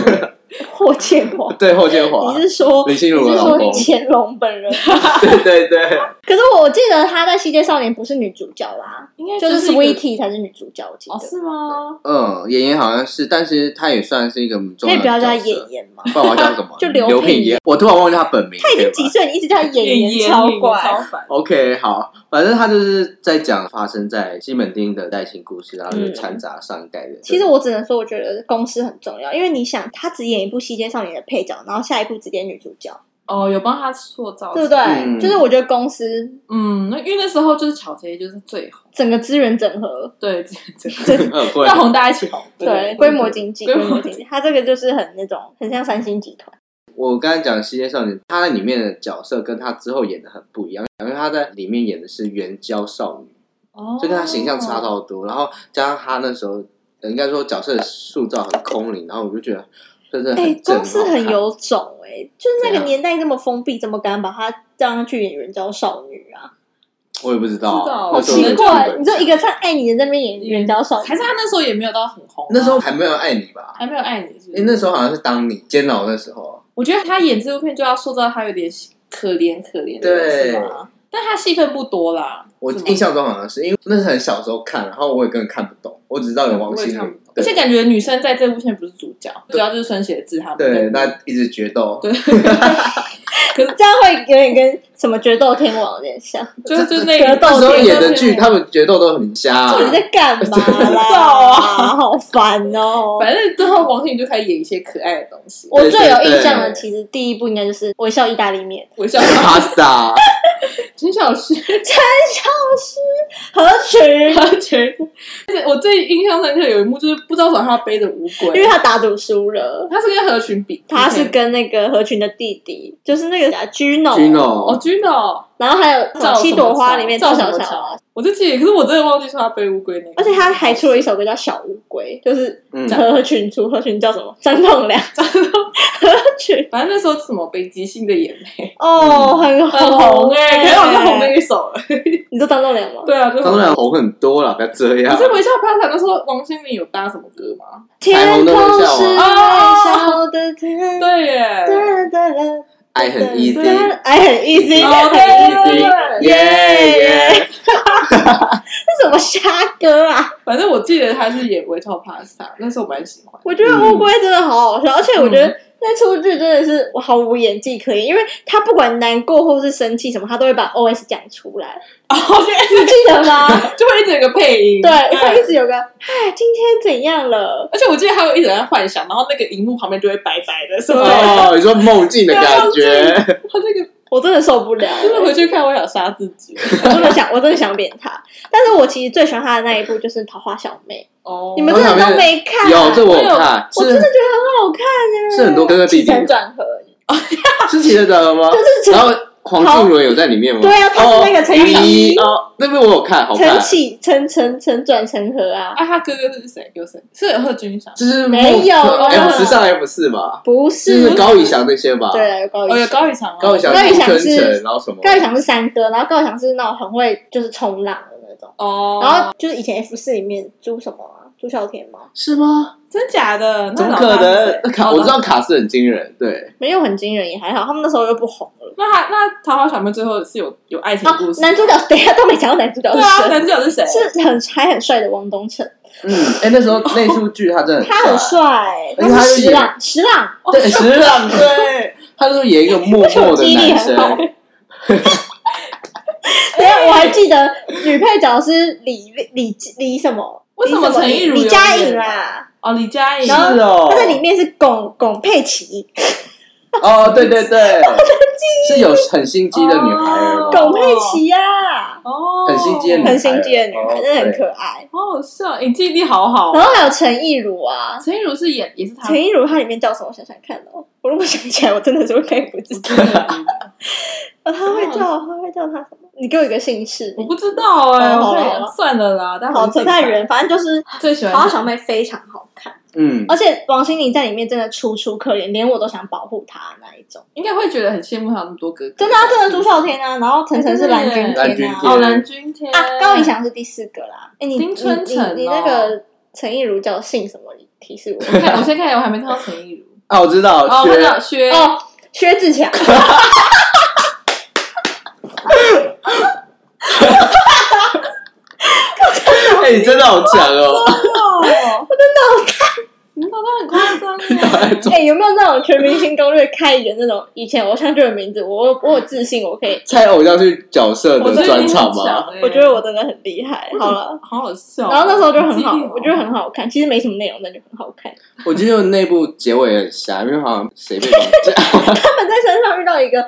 S2: 霍建 华，
S3: 对霍建华
S2: 你，是说
S3: 林心如
S2: 你
S3: 的
S2: 是
S3: 老
S2: 说，
S3: 公
S2: 乾隆本 人？
S3: 对对对，
S2: 可是我记得他在《西街少年》不是女主角啦，
S1: 应该
S2: 就是是
S1: 一个
S2: Sweetie 才是女主角，我记
S1: 哦，
S2: 得。
S1: 是吗？
S3: 嗯，演员好像是，但是他也算是一个重
S2: 可以
S3: 要
S2: 不要
S3: 的
S2: 叫他
S3: 角色
S2: 演。演吗？
S3: 不然我要叫什么？
S2: 就刘
S3: 刘
S2: 品
S3: 品言，我突然忘记他本名，
S2: 他已
S3: 可以
S2: 经
S3: 吧
S2: 几岁？你一直叫他演
S1: 演
S2: 超
S1: 超
S2: 怪。
S1: 烦。
S3: OK，好，反正他就是在讲发生在西门町的爱情故事，然后就
S2: 嗯
S3: 掺杂上一代的。
S2: 其实我只能说，我觉得公司很重要，因为你想，他只演一部《西街少年》的配角，然后下一部只演女主角，
S1: 哦，有帮他塑造，
S2: 对不对？
S3: 嗯
S2: 哦就是我觉得公司
S1: 嗯，那因为那时候就是巧杰就是最红，
S2: 整个资源整合，
S1: 对，这这
S3: 很会
S1: 要红大家一起红，
S2: 对规模经济，
S1: 规
S2: 规
S1: 模
S2: 模经济，它这个就是很那种很像三星集团。
S3: 我刚才讲《西街少年》，他在里面的角色跟他之后演的很不一样，因为他在里面演的是援交少女，
S1: 哦
S3: 就跟他形象差到多。然后加上他那时候，呃应该说角色塑造很空灵，然后我就觉得真的
S2: 哎
S3: 很，正
S2: 公司很有种哎、就是那
S3: 怎
S2: 个
S3: 样
S2: 年代这么封闭，怎么敢把它让去演员交少女啊？
S3: 我也不知道，
S1: 不知道
S3: 那
S1: 哦
S3: 时候
S1: 我
S2: 奇
S1: 们
S2: 怪，你说一个唱《爱你》的在那边演员交少女，
S1: 还是他那时候也没有到很红啊，
S3: 那时候还没有爱你吧？
S1: 还没有爱你，是不
S3: 哎、
S1: 是？
S3: 那时候好像是当你监牢的时候，
S1: 我觉得他演这部片就要塑造他有点可怜可怜的人，
S3: 对
S1: 是吗？但他戏份不多啦，
S3: 我
S1: 是吗
S3: 印象中好像是因为那是很小时候看，然后我也根本看不懂，我只知道有王
S1: 我也
S3: 心
S1: 看不
S3: 凌，
S1: 懂。而且
S3: 对
S1: 感觉女生在这部片不是主角，主要就是孙协志他们。
S3: 对，那一直决斗，
S1: 对，
S2: 这样会有点跟什么决斗天王有点像，
S1: 就是就是那
S2: 格
S1: 个
S2: 斗
S3: 啊那时候演的剧
S1: 片
S3: 他们决斗都很瞎、
S1: 啊
S2: 到底在干嘛
S1: 知道
S2: 啦？
S1: 啊
S2: 好烦哦、
S1: 反正之后王心凌就开始演一些可爱的东西，
S2: 我最有
S3: 对对
S2: 印象的，
S3: 对
S2: 其实第一部应该就是《微笑意大利面
S1: 微笑
S3: pasta。
S1: 陈小诗，》，
S2: 何 群，
S1: 他觉得，就是我最印象深刻有一幕就是不知道为什么他背着乌龟，
S2: 因为他打赌输了，
S1: 他是跟何群比，
S2: 他是跟那个何群的弟弟，就是那个 Gino，,
S3: Gino，
S1: 哦 Gino
S2: 然后还有《七朵花》里面
S1: 赵
S2: 赵
S1: 什
S2: 小
S1: 么
S2: 乔
S1: 乔
S2: 啊，
S1: 我就记得，可是我真的忘记说他背乌龟那个，
S2: 而且他还出了一首歌叫《小乌龟》，就是
S3: 嗯
S2: 何何群出，何群叫什
S1: 嗯
S2: 么？张 栋梁，张 栋何群
S1: 反正那时候是什么北极星的眼泪
S2: 哦， 很
S1: 很红哎、
S2: 哎，
S1: 可是我就红那一首了，
S2: 你说张栋梁吗？
S1: 对啊，就
S3: 张栋梁红很多了，不要这
S1: 可
S3: 样。
S1: 是微笑 pasta 那时候王心凌有搭什么歌吗？
S2: 天空是微笑
S1: 哦
S2: 的天，
S1: 对耶，
S2: 哒哒哒
S3: 爱很 easy，
S2: 哎，很 easy，
S1: 哦
S2: 很 easy，
S1: 对
S3: 耶耶！
S2: 这什么虾哥啊？
S1: 反正我记得他是演微笑 pasta，那时候我蛮喜 欢。
S2: 我觉得乌龟真的好好笑，而且我觉得。那出剧真的是我毫无演技可言，因为他不管难过或是生气什么，他都会把 O S 讲出来，
S1: 哦，
S2: 你记 得吗？
S1: 就会一直有个配音，
S2: 对，会一直有个哎，今天怎样了？
S1: 而且我记得他有一直在幻想，然后那个荧幕旁边就会白白的，是吧？
S3: 哦，你说梦境的感
S1: 对
S3: 觉，
S1: 他那个
S2: 我真的受不了，
S1: 真的回去看，我想杀自己。
S2: 我真的想，我真的想扁他。但是我其实最喜欢他的那一部就是《桃花小妹
S1: 哦》，
S2: 你们真的都没看？啊
S3: 有这我有
S1: 我有
S3: 看，
S2: 我真的
S3: 是
S2: 觉得很好看啊，
S3: 是很多哥哥弟
S2: 起
S3: 弟
S2: 承转合，
S3: 是齐德德吗？
S2: 就是
S3: 然后黄靖伦有在里面吗？
S2: 对啊他是那个陈小
S3: 一
S2: 一
S3: 哦，那边我有看，好看
S2: 陈，起承承承转承合啊，
S1: 啊，他哥哥是谁？有谁？是贺军翔，
S3: 就是梦呃
S2: 没有啊
S3: ，F 十上 F 四吧，
S2: 不
S3: 就是是高以翔那些吧，，
S2: 对高
S1: 哦，
S2: 以
S1: 有
S2: 翔，
S1: 高以翔啊，
S3: 高以翔、
S2: 高以翔
S3: 陈
S2: 是
S3: 晨，然后什么，
S2: 高以翔是三哥，然后高以翔是那种很会就是冲浪的那种，
S1: 哦，
S2: 然后就是以前 F 四里面朱什么啊，朱孝天吗？
S3: 是吗？
S1: 真假的？那
S3: 怎么
S1: 老
S3: 可
S1: 大是
S3: 能
S1: 谁？
S3: 那卡我知。道卡是很惊人，对，
S2: 没有很惊人，也还好，他们那时候又不红了。
S1: 那他那桃花小妹最后是有有爱情
S2: 啊
S1: 故，事？
S2: 男主角等一下都没讲到男主角
S1: 对
S2: 是
S1: 啊，
S2: 谁，
S1: 男主角是谁？
S2: 是很还很帅的汪东城，
S3: 嗯，哎，那 时候那部剧他真的
S2: 他很
S3: 帅，
S2: 帅，
S3: 而且他
S2: 他
S3: 又
S2: 是石
S3: 演
S2: 朗，石朗，
S3: 对，石浪对，他就是演一个默默的
S2: 为什么
S3: 男
S2: 记忆力很好
S3: 生，
S2: 对啊，我还记得女配角是李李李什么？
S1: 为什么
S2: 李
S1: 陈意如
S2: 李
S1: 有
S2: 佳
S1: 演
S2: 颖啦？
S1: 哦，李佳颖
S3: 是。哦，
S2: 她在里面是龚龚佩奇，
S3: 哦，对对对，是有很心机的女孩儿
S1: 哦
S3: 吗，
S2: 龚佩奇呀，
S1: 哦，
S3: 很心机的女孩
S2: 很心机的女
S3: 哦
S2: 孩，真的很可爱。
S1: 好好笑，你记忆力好好
S2: 然
S1: 哦。
S2: 后还有陈意如啊，
S1: 陈意如是演也是他，
S2: 陈意如她里面叫什么？我想想看哦，我如果想起来，我真的是会开不知 道。啊，他会叫， 他会叫他什么？你给我一个姓氏。
S1: 我不知道哎，
S2: 哦
S1: 我
S2: 好
S1: 看算了啦，但
S2: 好，扯太远，反正就是《
S1: 最喜欢
S2: 桃花小妹》非常好看，
S3: 嗯，
S2: 而且王心凌在里面真的楚楚可怜，连我都想保护她那一种。
S1: 应该会觉得很羡慕他那么多哥哥。
S2: 真的、啊，真的朱孝天啊，然后晨晨是蓝军
S3: 蓝军
S2: 天啊，
S3: 天
S1: 哦，蓝君天
S2: 啊，高以翔是第四个啦。哎，你
S1: 丁春
S2: 你你你
S1: 诚哦
S2: 那个陈意如叫姓什么？你提示我
S1: 看 我先看，我还没看到陈 意如。
S3: 啊，我知道，
S1: 哦，我
S3: 薛
S1: 看 到薛，
S2: 哦，薛志强。
S3: 哎，你真的好强哦，
S1: 哦，你脑袋很夸张欸
S3: 还
S1: 耶！
S3: 做
S2: 哎、有没有那种全明星攻略开一个那种以前偶像剧的名字？我我有自信，我可以，
S3: 猜偶像剧角色
S1: 我
S3: 的
S1: 觉得
S3: 专
S1: 你
S3: 场
S1: 很
S3: 吗？
S1: 强耶
S2: 我觉得我真的很厉害。好了。
S1: 好好笑哦。
S2: 然后那时候就很好
S1: 记忆，
S2: 我觉得很好看，其实没什么内容，但就很好看。
S3: 我记得那部结尾很瞎，因为好像谁被绑架，
S2: 他们在山上遇到一个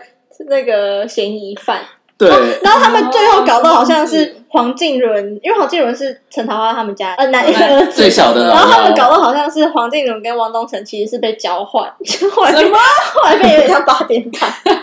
S2: 那个嫌疑犯，
S3: 对，
S2: 然后他们最后搞到好像是黄静伦，因为黄静伦是陈桃花他们家呃男
S1: 本来
S2: 儿子
S3: 最，小的
S2: 然后
S3: 老
S2: 他们搞
S3: 幺，
S2: 到好像是黄静伦跟汪东城其实是被交换， 后来就后来变有点像八点档，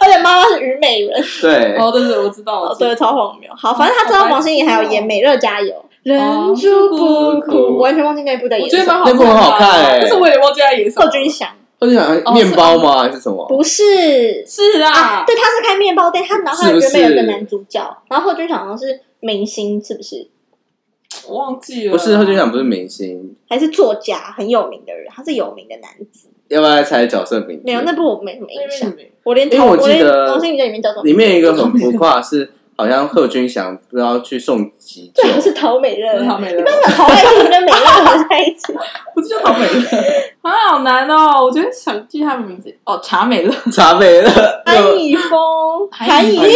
S2: 而且妈妈是虞美人，
S3: 对，
S1: 哦，对对，我知道，我
S2: 哦
S1: 知道
S2: 对，超荒谬。好，反正他知道王心凌还有演《美乐加油》，忍住不哭，我完全忘记那部在
S1: 我
S2: 演
S1: 觉
S2: 什
S1: 得蛮好
S2: 么，
S1: 看
S3: 那部
S1: 的啊，
S3: 很好看欸
S1: 但是我也忘记他演什
S2: 贺
S1: 么。
S2: 军翔
S3: 或者想面包吗？还是什么？
S2: 不是
S1: 是啊，
S2: 对，他是开面包店，他然后他
S3: 是不
S2: 原本有一个
S3: 是
S2: 男主角，然后贺军翔好像是明星，是不是？
S1: 我忘记了。
S3: 不是，贺军翔不是明星，
S2: 还是作家，很有名的人，他是有名的男子。
S3: 要不要来猜角色名字？
S2: 没有，那部我没什么
S1: 那
S2: 印
S1: 边
S2: 象，
S1: 你没
S2: 我连
S3: 因为我
S2: 我
S3: 记
S2: 连
S3: 得
S2: 同性恋里面叫做
S3: 里面有一个很浮夸，是好像贺军翔不知道去送急 救
S2: 最，好是陶美乐
S1: 不，是陶美人，
S2: 陶爱情跟美乐合在一起，
S1: 不是叫陶美 人，啊，好难哦！我觉得想记他们名字哦，查美乐
S3: 查 美乐，
S2: 韩以峰、
S1: 韩
S2: 韩
S1: 以
S2: 以烈，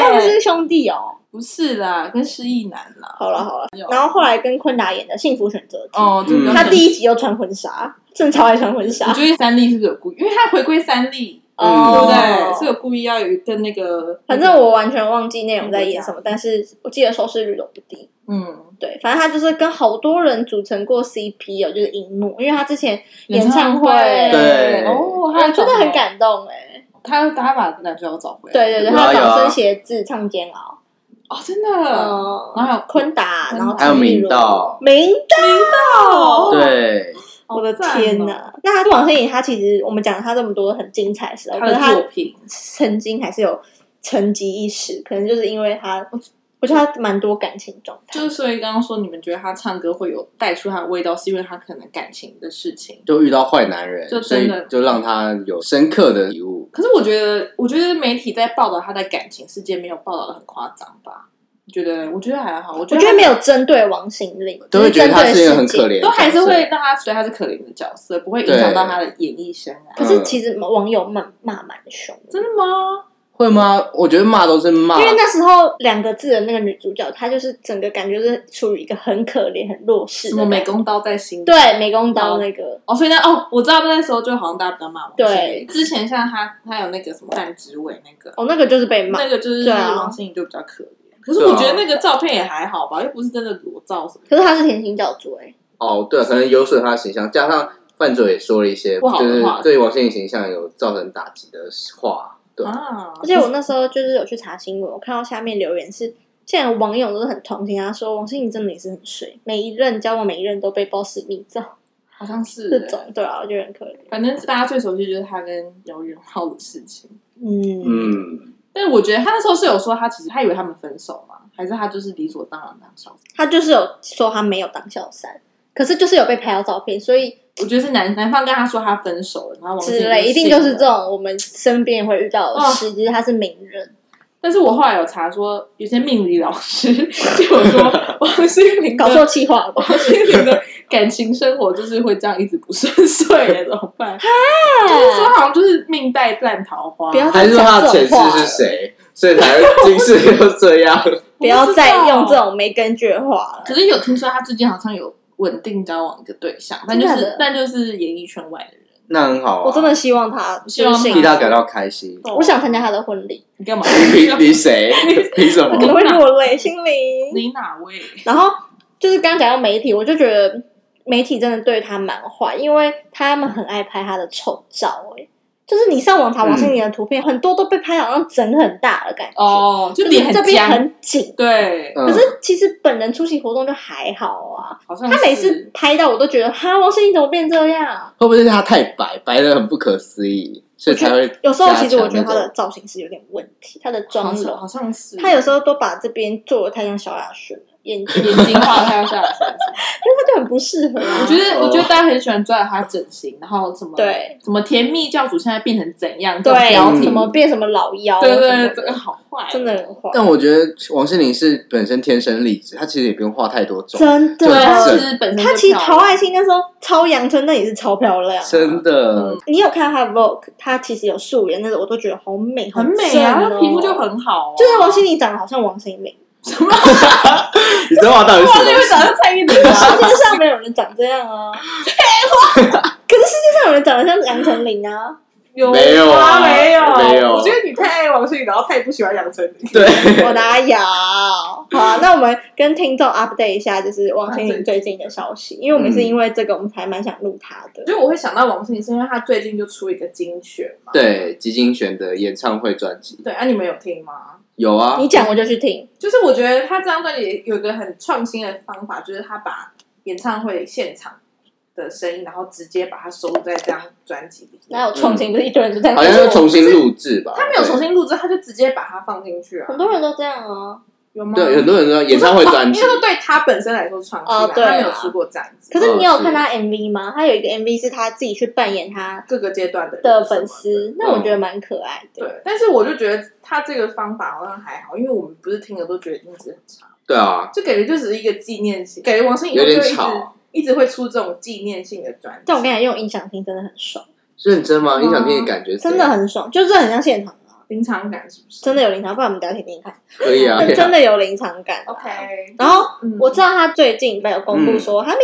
S2: 他们是兄弟哦。
S1: 不是啦，跟失忆男啦。
S2: 好了好了，然后后来跟昆达演的《幸福选择题》，
S1: 哦，这个
S3: 嗯
S2: 他第一集又穿婚纱，郑超还穿婚纱
S1: 我，觉得三立是不是有故意？因为他回归三立，
S3: 嗯
S1: 对
S2: 哦
S1: 不对？是有故意要有跟那个，
S2: 反正我完全忘记内容在演什么，但是我记得收视率都不低。
S1: 嗯，
S2: 对，反正他就是跟好多人组成过 CP 哦，就是荧幕，因为他之前演
S1: 唱
S2: 唱会
S3: 对
S1: 哦，他
S2: 我真的很
S1: 感，
S2: 感动哎。
S1: 他他把男主角找回来，
S2: 对对对，
S3: 有啊
S2: 他
S3: 有啊
S2: 早生鞋子唱煎熬，
S1: 哦，真的，然
S2: 嗯，
S1: 后还有
S2: 昆达，
S1: 昆达
S2: 然后
S3: 还有
S2: 陈亦
S3: 明
S2: 儒，
S3: 道，
S2: 明道，
S3: 对，
S2: 我
S1: 好
S2: 的
S1: 赞哦
S2: 天哪！那他王心凌，他其实我们讲了他这么多很精彩的事，我
S1: 他
S2: 觉得
S1: 的
S2: 他
S1: 作品，
S2: 曾经还是有沉寂一时，可能就是因为他，我觉得他蛮多感情状态
S1: 就。是所以刚刚说你们觉得他唱歌会有带出他的味道，是因为他可能感情的事情。
S3: 就遇到坏男 人，
S1: 就
S3: 所
S1: 真
S3: 以
S1: 的
S3: 就让他有深刻的体悟。
S1: 可是我觉得，我觉得媒体在报道他的感情世界没有报道的很夸张吧？你觉得？我觉得还好，我觉得
S2: 我觉
S1: 他
S2: 得没有针对王心凌，
S3: 都会
S2: 只
S3: 觉得
S2: 针
S3: 他
S2: 对
S3: 是一个
S2: 事
S3: 很
S2: 件
S3: 可怜的角色，
S1: 都还是会让他觉得他是可怜的角色，不会影响到他的演艺生涯
S2: 可。是其实网友骂骂蛮凶的，
S1: 嗯真的啊吗？
S3: 会吗？我觉得骂都是骂
S2: 因，为那时候两个字的那个女主角，她就是整个感觉是处于一个很可怜、很弱势
S1: 什
S2: 的
S1: 么
S2: 感
S1: 美
S2: 觉，
S1: 工刀在心里？
S2: 对美工刀那个，
S1: 哦，所以呢，哦，我知道那时候就好像大家比较骂王心凌
S2: 对
S1: 之前像他，他有那个什么范植伟那个，
S2: 哦，那个就是被骂
S1: 那。个就是
S2: 对啊
S1: 王心凌就比较可怜。可是我觉得那个照片也还好吧，又不是真的裸照什么的。
S2: 可是她是甜心教主哎，
S3: 哦，对，可能有损他的形象，加上范哲也说了一些，
S1: 不好
S3: 就
S1: 的
S3: 是
S1: 话
S3: 对王心凌形象有造成打击的话，对，
S1: 啊
S2: 而且我那时候就是有去查新闻，我看到下面留言是，竟然网友都是很同情她，说王心凌真的也是很水，每一任交往每一任都被包私密照，
S1: 好像是
S2: 这
S1: 欸
S2: 种对啊，我觉得很可怜。
S1: 反正大家最熟悉就是他跟姚元浩的事情。
S2: 嗯，
S3: 嗯，
S1: 但我觉得他那时候是有说，他其实他以为他们分手嘛，还是他就是理所当然当小三？
S2: 她就是有说她没有当小三，可是就是有被拍到照片，所以
S1: 我觉得是男男方跟他说他分手了，然后王心
S2: 之
S1: 凌
S2: 类，一定就
S1: 信
S2: 是哦
S1: 了
S2: 这。种我们身边会遇到的事，就是他是名人，
S1: 但是我后来有查说，有些命理老师就有 说，王心凌的
S2: 搞错气话了 吧？
S1: 王心凌的感情生活就是会这样一直不顺遂，怎么办？就是
S2: 啊
S1: 说好像就是命带烂桃花，
S2: 不要
S3: 还是说他的前
S2: 讲这种话
S3: 世是谁，所以才会 今世又这 样？
S2: 不要再用这
S1: 种。
S2: 种没根据的话了。
S1: 可是有听说他最近好像有稳定交往一个对象，但就
S2: 真的假
S1: 是
S2: 的
S1: 但就是演艺圈外的人。
S3: 那很好啊，
S2: 我真的希望他
S1: 希望
S2: 就
S1: 他
S2: 是幸
S3: 替
S2: 福
S3: 他感到开心。
S2: 我想参加他的婚礼，
S1: 你干嘛？
S3: 凭凭谁？凭什
S2: 我可能
S3: 么？
S2: 会落泪，心灵。
S1: 你哪位？
S2: 然后就是刚讲到媒体，我就觉得媒体真的对他蛮坏，因为他们很爱拍他的丑照、欸，就是你上网查王心凌的图片，很多都被拍得好像整很大的感觉，
S1: 哦，就
S2: 就是
S1: 脸
S2: 这边
S1: 僵，
S2: 很紧。
S1: 对，
S3: 嗯
S2: 可是其实本人出席活动就还好啊，
S1: 好像
S2: 他每次
S1: 是
S2: 拍到我都觉得，哈，王心凌怎么变这样？
S3: 会不会是他太白，白的很不可思议，所以才会
S2: 有时候其实我觉得
S3: 加强那
S2: 她
S3: 种
S2: 的造型是有点问题，她的妆
S1: 好像
S2: 容，
S1: 好像是
S2: 她有时候都把这边做的太像萧亚轩了。眼 睛，
S1: 眼睛画太阳下的山。
S2: 这就很不适合 啊。
S1: 我觉得，我觉得大家很喜欢抓他整形，然后什么
S2: 对
S1: 什么甜蜜教主现在变成怎样？这种标
S2: 对，
S1: 题
S2: 怎么变什么老妖？
S1: 对
S2: 什么
S1: 对
S2: 的
S1: 对，好坏，哦
S2: 真的很坏，
S3: 但我觉得王心凌是本身天生丽质，她其实也不用画太多种，
S2: 真
S3: 对
S1: 对，他
S3: 她
S1: 其
S2: 的。
S1: 实本身就
S2: 她其实
S1: 漂
S2: 陶
S1: 亮
S2: 爱卿那时候超阳春，那也是超漂亮。
S3: 真的
S1: 嗯。
S2: 你有看她的 Vogue，她其实有素颜，那个我都觉得好美，
S1: 很美
S2: 正
S1: 啊，
S2: 哦
S1: 她皮肤就。很好啊。
S2: 就是王心凌长得好像王心凌，
S3: 你知道画到 底是什
S1: 凌
S3: 么？
S1: 长得像蔡依林 啊，
S2: 世界上没有人长这样啊！可是世界上有人长得像杨丞琳啊！
S1: 有
S3: 没有啊
S1: 吗没有
S3: 没有啊
S1: 我觉得你太爱王心凌，然后太不喜欢杨丞琳。
S3: 对，
S2: 我哪有？好、啊，那我们跟听众 update 一下，就是王心凌最近的消息，因为我们是因为这个，我们才蛮想录她的。
S1: 就我会想到王心凌，是因为她最近就出一个精选嘛。
S3: 对，吉金选的演唱会专辑
S1: 对，啊，你们有听吗？
S3: 有啊
S2: 你，讲我就去听，
S1: 就是我觉得他这张专辑有一个很创新的方法，就是他把演唱会现场的声音，然后直接把它收录在这张专辑里。
S2: 哪有创新？不是一堆人都在，
S3: 好像
S2: 但是
S3: 要
S2: 我
S3: 重新录制吧？
S1: 他没有重新录制，他就直接把它放进去啊
S2: 很？多人都这样啊。
S1: 有吗？
S3: 对，对很多人说演唱会专辑
S1: 因为对他本身来说创新、
S2: 哦对啊
S1: 他没有出过这样子。
S2: 可是你有
S3: 哦是
S2: 看她 MV 吗？她有一个 MV 是她自己去扮演她
S1: 各个阶段的人
S2: 的粉
S3: 嗯
S2: 丝，那我觉得蛮可爱的。
S1: 对，但是我就觉得他这个方法好像还好，因为我们不是听了都觉得音质很差，
S3: 对啊，
S1: 就感觉就只是一个纪念性，感觉王心凌
S3: 有点
S1: 就一直
S3: 吵
S1: 一直会出这种纪念性的专辑。
S2: 但我跟你讲，用音响听真的很爽，
S3: 认真吗？你想听的感觉是
S2: 真的很爽，就是很像现场啊，
S1: 临场感是不是？
S2: 真的有临场，不然我们等一下听听看，
S3: 可以啊，可以啊
S2: 真的有临场感啊。
S1: OK，
S2: 然后
S1: 嗯
S2: 我知道他最近没有公布说他明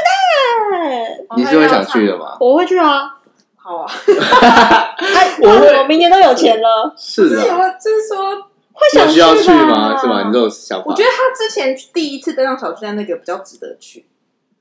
S1: 哦
S2: 年要上小巨蛋，
S3: 你是会想去的吗？
S2: 我会去 啊，
S1: 好啊，
S2: 哎，
S3: 我会
S2: 我明年都有钱了，
S1: 就是是有
S3: 啊，
S1: 没有就是说，
S2: 会想
S3: 有需要去
S2: 吧
S3: 吗？是吗？你这种想法
S1: 我觉，得他之前第一次登上小巨蛋那个比较值得去，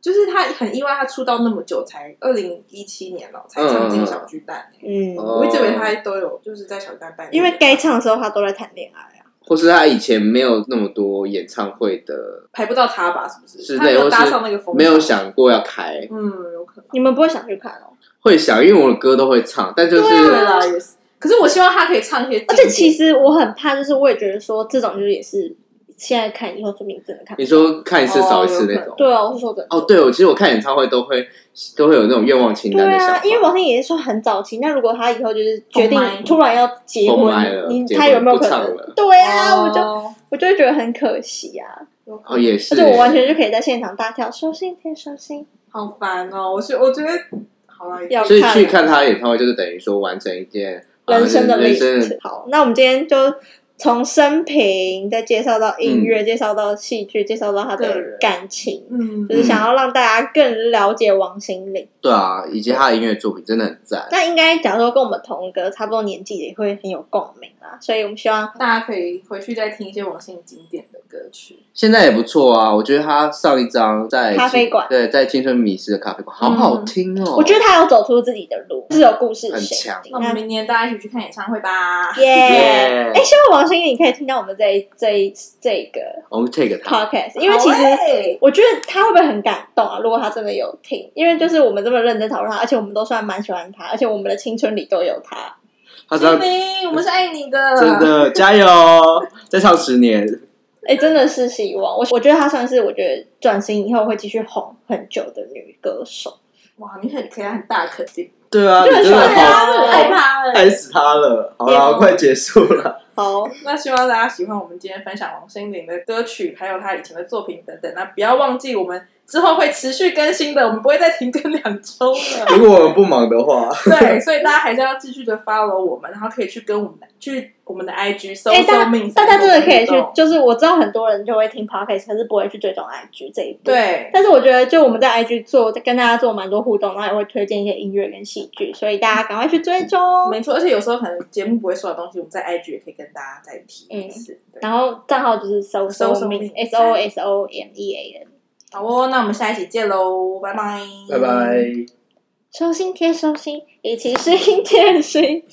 S1: 就是他很意外，他出道那么久才二零一七年了
S3: 嗯
S1: 才唱进小巨蛋、欸
S2: 嗯，
S3: 哦
S1: 我一直以为他都有就是在小巨蛋办，
S2: 因为该唱的时候他都在谈恋爱啊，
S3: 或是他以前没有那么多演唱会的，
S1: 排不到他吧，是不是？
S3: 是
S1: 他没
S3: 对
S1: 有
S3: 或是
S1: 搭上那个风，
S3: 没有，想过要开，
S1: 嗯，有可能。
S2: 你们不会想去看哦。
S3: 会想，因为我的歌都会唱，但就是
S1: 对
S2: 啊
S1: 啦，也是。可是我希望他可以唱一些经典，
S2: 而且其实我很怕，就是我也觉得说这种就是也是现在看以后说明真的看不
S3: 你说看一次少一次
S1: 哦有
S3: 那
S1: 可能
S3: 种。
S2: 对啊，我是说真的。
S3: 哦，对，我其实我看演唱会都会都会有那种愿望清单
S2: 对
S3: 的想
S2: 啊
S3: 法，，
S2: 因为王心凌也是说很早期，那如果她以后就是决
S1: 封麦
S2: 定突然要结
S3: 封麦了
S2: 婚，你
S3: 结
S2: 她
S3: 婚
S2: 有没有
S3: 不
S2: 可
S3: 唱
S2: 能
S3: 了？
S2: 对啊，我就
S1: 哦
S2: 我就会觉得很可惜啊。
S1: 有可
S3: 哦
S1: 能
S3: 也是，
S2: 而且我完全就可以在现场大跳，收心贴收心，
S1: 好烦哦。我是我觉得好了，
S2: 要
S3: 所以
S2: 看
S3: 去看他演唱会就是等于说完成一件呃
S2: 人生的
S3: 人
S2: 历
S3: 生
S2: 史。好，那我们今天就从生平，再介绍
S3: 嗯
S2: 到音乐，介绍到戏剧，介绍到他
S1: 个
S2: 的
S1: 人
S2: 感情，
S1: 嗯
S2: 就是想要让大家更了解王心凌。
S3: 对啊，以及他的音乐作品真的很赞。
S2: 那应该假如说跟我们同一个差不多年纪，也会很有共鸣啊。所以我们希
S3: 哦
S2: 望
S1: 大家可以回去再听一些王心凌经典的歌曲。
S3: 现在也不错啊，我觉得他上一张在
S2: 咖啡馆嗯
S3: 对，在青春迷失的咖啡馆，好好听哦。
S2: 我觉得他有走出自己的路，是有故事
S3: 很
S2: 性
S3: 强。
S1: 那我们明年大家一起去看演唱会吧。
S2: 耶！
S3: 耶
S2: 哎，希望王心凌可以听到我们这一这一这一个
S3: 我们 take 他，
S2: podcast，因为其实
S1: 好欸
S2: 我觉得他会不会很感动啊？如果他真的有听，因为就是我们这么认真讨论他，而且我们都算蛮喜欢他，而且我们的青春里都有他。
S3: 他知道
S1: 心凌，我们是爱你的，
S3: 真的加油，再唱十年。
S2: 哎，真的是希望我，我觉得她算是我觉得转型以后会继续红很久的女歌手。
S1: 哇，你很给他很大肯定，
S3: 对啊，
S2: 就
S3: 你
S2: 很
S3: 真的
S2: 喜欢
S3: 好
S2: 啊我
S1: 害怕了。
S3: 爱死他了。好了，
S2: Yeah
S3: 快结束了。
S2: 好，
S1: 那希望大家喜欢我们今天分享王心凌的歌曲，还有她以前的作品等等。那不要忘记，我们之后会持续更新的，我们不会再停更两周了。
S3: 如果我们不忙的话，
S1: 对，所以大家还是要继续的 follow 我们，然后可以去跟我们的去我们的 IG 搜
S2: 哎，
S1: 搜
S2: 大
S1: 命，
S2: 大家真的可以
S1: 搜搜
S2: 去
S1: 命动，
S2: 就是我知道很多人就会听 podcast，可是不会去追踪 IG 这一步。。
S1: 对，
S2: 但是我觉得，就我们在 IG 做跟大家做蛮多互动，然后也会推荐一些音乐跟戏剧，所以大家赶快去追踪。
S1: 没错。而且有时候可能节目不会说的东西，我们在 IG 也可以跟大家再提一次。对
S2: 然后账号就是搜
S1: 搜
S2: 搜
S1: 索
S2: 命
S1: 命
S2: S O S O M E A N，
S1: 好哦，那我们下一期见喽，拜拜，
S3: 拜拜。
S2: 收心贴收心，一起是音贴心。